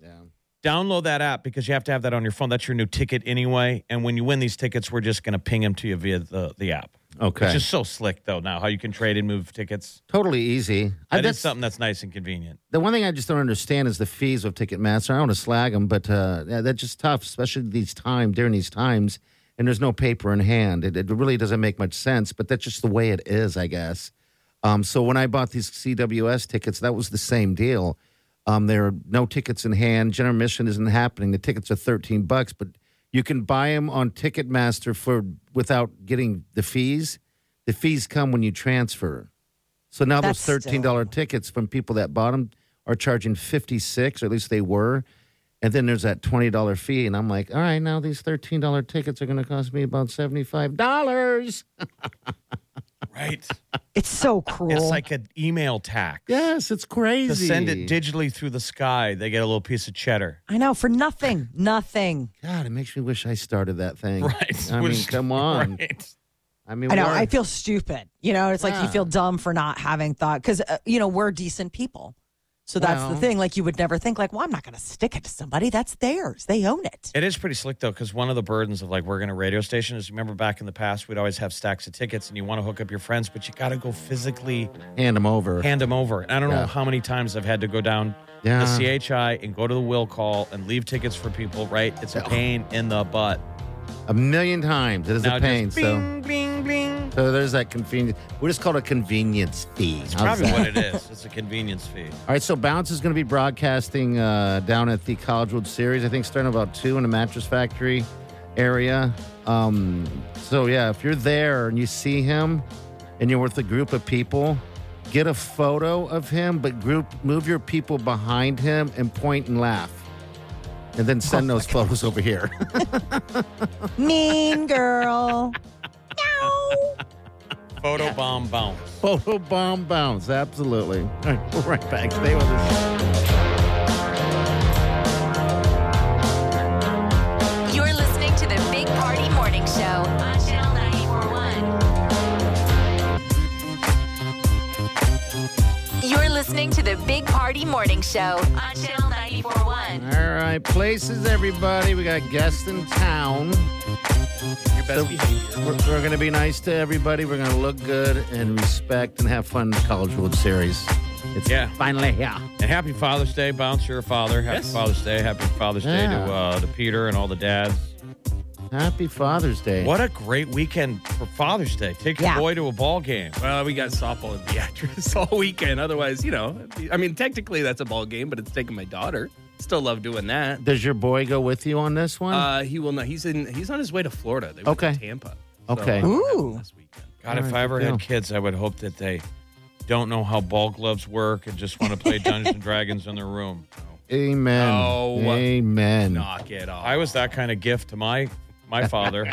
[SPEAKER 4] Download that app because you have to have that on your phone. That's your new ticket anyway. And when you win these tickets, we're just going to ping them to you via the, the app.
[SPEAKER 2] Okay.
[SPEAKER 4] It's just so slick, though, now how you can trade and move tickets.
[SPEAKER 2] Totally easy. I-
[SPEAKER 4] That is
[SPEAKER 2] that's-
[SPEAKER 4] something that's nice and convenient.
[SPEAKER 2] The one thing I just don't understand is the fees of Ticketmaster. I don't want to slag them, but uh, yeah, that's just tough, especially these time during these times. And there's no paper in hand. It, it really doesn't make much sense, but that's just the way it is, I guess. Um, so when I bought these CWS tickets, that was the same deal. Um, there are no tickets in hand. General admission isn't happening. The tickets are 13 bucks, but you can buy them on Ticketmaster for without getting the fees. The fees come when you transfer. So now
[SPEAKER 14] That's
[SPEAKER 2] those thirteen dollar tickets from people that bought them are charging fifty six, or at least they were. And then there's that twenty dollar fee, and I'm like, all right, now these thirteen dollar tickets are going to cost me about seventy five dollars.
[SPEAKER 4] Right.
[SPEAKER 13] It's so cruel.
[SPEAKER 4] (laughs) It's like an email tax.
[SPEAKER 2] Yes, it's
[SPEAKER 4] To
[SPEAKER 2] crazy.
[SPEAKER 4] send it digitally through the sky, they get a little piece of cheddar.
[SPEAKER 13] I know for nothing, nothing.
[SPEAKER 2] God, it makes me wish I started that thing.
[SPEAKER 4] (laughs) Right.
[SPEAKER 2] I mean,
[SPEAKER 4] Which-
[SPEAKER 2] come on.
[SPEAKER 4] (laughs) Right.
[SPEAKER 2] I mean,
[SPEAKER 13] I know.
[SPEAKER 2] we're-
[SPEAKER 13] I feel stupid. You know, it's like you
[SPEAKER 2] Yeah.
[SPEAKER 13] feel dumb for not having thought because uh, you know we're decent people. So that's
[SPEAKER 4] Well-
[SPEAKER 13] the thing. Like you would never think like, well, I'm not going to stick it to somebody. That's theirs. They own it.
[SPEAKER 4] It is pretty slick though, because one of the burdens of like working a radio station is remember back in the past we'd always have stacks of tickets and you want to hook up your friends, but you got to go physically
[SPEAKER 2] hand them over.
[SPEAKER 4] hand them over. And I don't know
[SPEAKER 2] Yeah.
[SPEAKER 4] how many times I've had to go down
[SPEAKER 2] Yeah.
[SPEAKER 4] the CHI and go to the will call and leave tickets for people. Right? It's a pain in the butt.
[SPEAKER 2] a million times. It is
[SPEAKER 4] Now
[SPEAKER 2] a
[SPEAKER 4] just
[SPEAKER 2] pain. so,
[SPEAKER 4] bing, bling, bling.
[SPEAKER 2] so there's that convenience. We just call it a convenience fee.
[SPEAKER 4] It's
[SPEAKER 2] How's
[SPEAKER 4] probably
[SPEAKER 2] that?
[SPEAKER 4] what it is. It's a convenience fee.
[SPEAKER 2] All right, so Bounce is going to be broadcasting uh, down at the College World Series. I think starting about two in the Mattress Factory area. Um, so yeah, if you're there and you see him, and you're with a group of people, get a photo of him, but group move your people behind him and point and laugh, and then send those photos over here. (laughs)
[SPEAKER 13] mean girl.
[SPEAKER 4] Photo bomb bounce.
[SPEAKER 2] Photo bomb bounce, absolutely. All right, we're right back. Stay with us.
[SPEAKER 5] You're listening to the Big Party Morning Show on Channel 941. You're listening to the Big Party Morning Show on Channel 941.
[SPEAKER 2] All right, places, everybody. We got guests in town.
[SPEAKER 4] Your best behavior.
[SPEAKER 2] We're, we're going to be nice to everybody. We're going to look good and respect and have fun in the College World Series. It's
[SPEAKER 4] Yeah.
[SPEAKER 2] finally here.
[SPEAKER 4] And happy Father's Day, bounce your father. Happy
[SPEAKER 2] Yes.
[SPEAKER 4] Father's Day. Happy Father's Day
[SPEAKER 2] Yeah.
[SPEAKER 4] to uh, to Peter and all the dads.
[SPEAKER 2] Happy Father's Day.
[SPEAKER 4] What a great weekend for Father's Day. Take your boy to a ball game.
[SPEAKER 14] Well, we got softball at Beatrice (laughs) all weekend. Otherwise, you know, I mean, technically that's a ball game, but it's taking my daughter. Still love doing that.
[SPEAKER 2] Does your boy go with you on this one?
[SPEAKER 14] Uh, he will not. He's in. He's on his way to Florida. They went
[SPEAKER 2] Okay.
[SPEAKER 14] to Tampa. uh,
[SPEAKER 2] Okay.
[SPEAKER 13] Ooh.
[SPEAKER 2] All
[SPEAKER 4] God, if
[SPEAKER 2] right,
[SPEAKER 4] I ever
[SPEAKER 2] good deal.
[SPEAKER 4] had kids, I would hope that they don't know how ball gloves work and just want to play Dungeons and Dragons in their room.
[SPEAKER 2] Amen.
[SPEAKER 15] No.
[SPEAKER 2] Amen.
[SPEAKER 14] Knock it off.
[SPEAKER 4] I was that kind of gift to my my
[SPEAKER 2] (laughs)
[SPEAKER 4] father.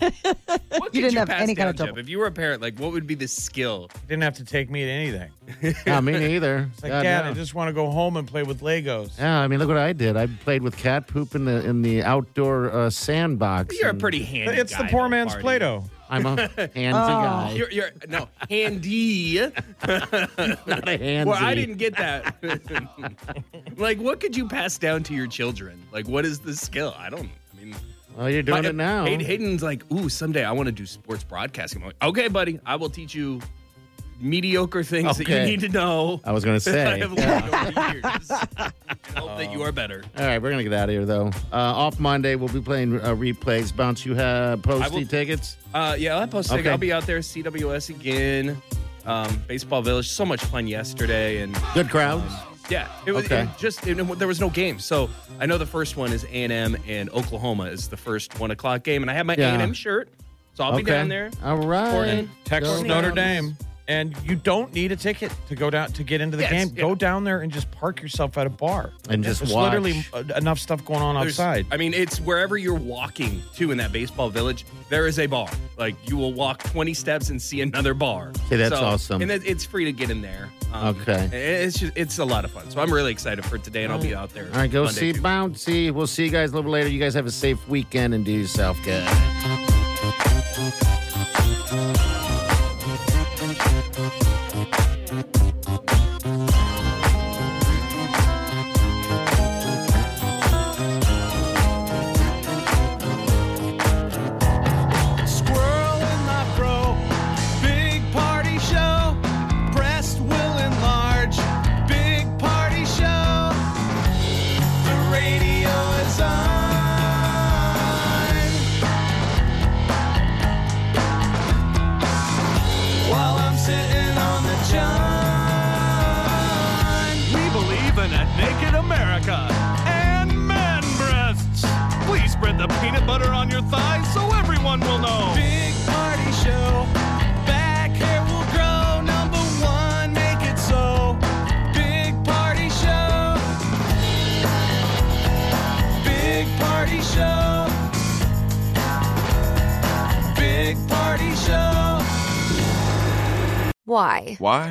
[SPEAKER 14] What
[SPEAKER 3] You
[SPEAKER 14] could
[SPEAKER 3] didn't have
[SPEAKER 14] pass
[SPEAKER 3] any kind
[SPEAKER 14] down,
[SPEAKER 3] of trouble.
[SPEAKER 14] Jeff? If you were a parent, like, what would be the skill?
[SPEAKER 4] He didn't have to take me to anything.
[SPEAKER 2] Not me neither.
[SPEAKER 4] It's like,
[SPEAKER 2] God,
[SPEAKER 4] Dad,
[SPEAKER 2] no.
[SPEAKER 4] I just want to go home and play with Legos.
[SPEAKER 2] Yeah, I mean, look what I did. I played with cat poop in the in the outdoor uh, sandbox.
[SPEAKER 14] You're a
[SPEAKER 2] and
[SPEAKER 14] pretty handy.
[SPEAKER 4] It's the
[SPEAKER 14] guy,
[SPEAKER 4] poor
[SPEAKER 14] though,
[SPEAKER 4] man's
[SPEAKER 14] Barty.
[SPEAKER 4] Play-Doh.
[SPEAKER 2] I'm a handy guy.
[SPEAKER 14] You're, you're no handy. Not
[SPEAKER 2] a (laughs) handsy.
[SPEAKER 14] Well, I didn't get that. (laughs) like, what could you pass down to your children? Like, what is the skill? I don't. I mean,
[SPEAKER 2] well, you're doing
[SPEAKER 14] my-
[SPEAKER 2] it now.
[SPEAKER 14] Hay- Hayden's like, ooh, someday I want to do sports broadcasting. I'm like, okay, buddy, I will teach you mediocre things that
[SPEAKER 2] Okay.
[SPEAKER 14] you need to know.
[SPEAKER 2] I
[SPEAKER 14] (laughs)
[SPEAKER 2] was gonna
[SPEAKER 14] I
[SPEAKER 2] say,
[SPEAKER 14] have learned over the years. And hope that you are better.
[SPEAKER 2] All right, we're gonna get out of here though. Uh, off Monday, we'll be playing uh, replays. Bounce, you have
[SPEAKER 14] I
[SPEAKER 2] posty
[SPEAKER 14] will-
[SPEAKER 2] tickets.
[SPEAKER 14] Uh, yeah, I'll post
[SPEAKER 2] Okay.
[SPEAKER 14] I'll be out there. CWS again. Um, Baseball Village. So much fun yesterday, and
[SPEAKER 2] Good crowds.
[SPEAKER 14] yeah, it was
[SPEAKER 2] Okay.
[SPEAKER 14] it just it, there was no game. So I know the first one is A and M and Oklahoma is the first one o'clock game, and I have my A
[SPEAKER 2] Yeah.
[SPEAKER 14] and M shirt, so I'll be
[SPEAKER 2] Okay.
[SPEAKER 14] down there.
[SPEAKER 2] All right.
[SPEAKER 4] Texas
[SPEAKER 2] Go
[SPEAKER 4] Notre
[SPEAKER 2] Dawgs.
[SPEAKER 4] Dame. And you don't need a ticket to go down to get into the
[SPEAKER 14] Yes,
[SPEAKER 4] game.
[SPEAKER 14] yeah.
[SPEAKER 4] Go down there and just park yourself at a bar
[SPEAKER 2] And just
[SPEAKER 4] There's
[SPEAKER 2] watch.
[SPEAKER 4] literally uh, enough stuff going on
[SPEAKER 14] There's-
[SPEAKER 4] outside.
[SPEAKER 14] I mean, it's wherever you're walking to in that baseball village, there is a bar. Like you will walk 20 steps and see another bar.
[SPEAKER 2] Okay, that's awesome.
[SPEAKER 14] And it, it's free to get in there.
[SPEAKER 2] Okay.
[SPEAKER 14] and It's just, it's a lot of fun. So I'm really excited for today, and I'll be out there.
[SPEAKER 2] All right, go
[SPEAKER 14] Monday,
[SPEAKER 2] see
[SPEAKER 14] too.
[SPEAKER 2] Bouncy. We'll see you guys a little later. You guys have a safe weekend and do yourself good.
[SPEAKER 1] Squirrel in my fro. Big party show. Breast will enlarge. Big party show. The radio is on. While I'm sitting on the john. We believe in a naked America and man breasts. Please spread the peanut butter on your thighs so everyone will know. Big party show. Back hair will grow. Number one, make it so. Big party show. Big party show. Big party show.
[SPEAKER 16] Why?
[SPEAKER 17] Why?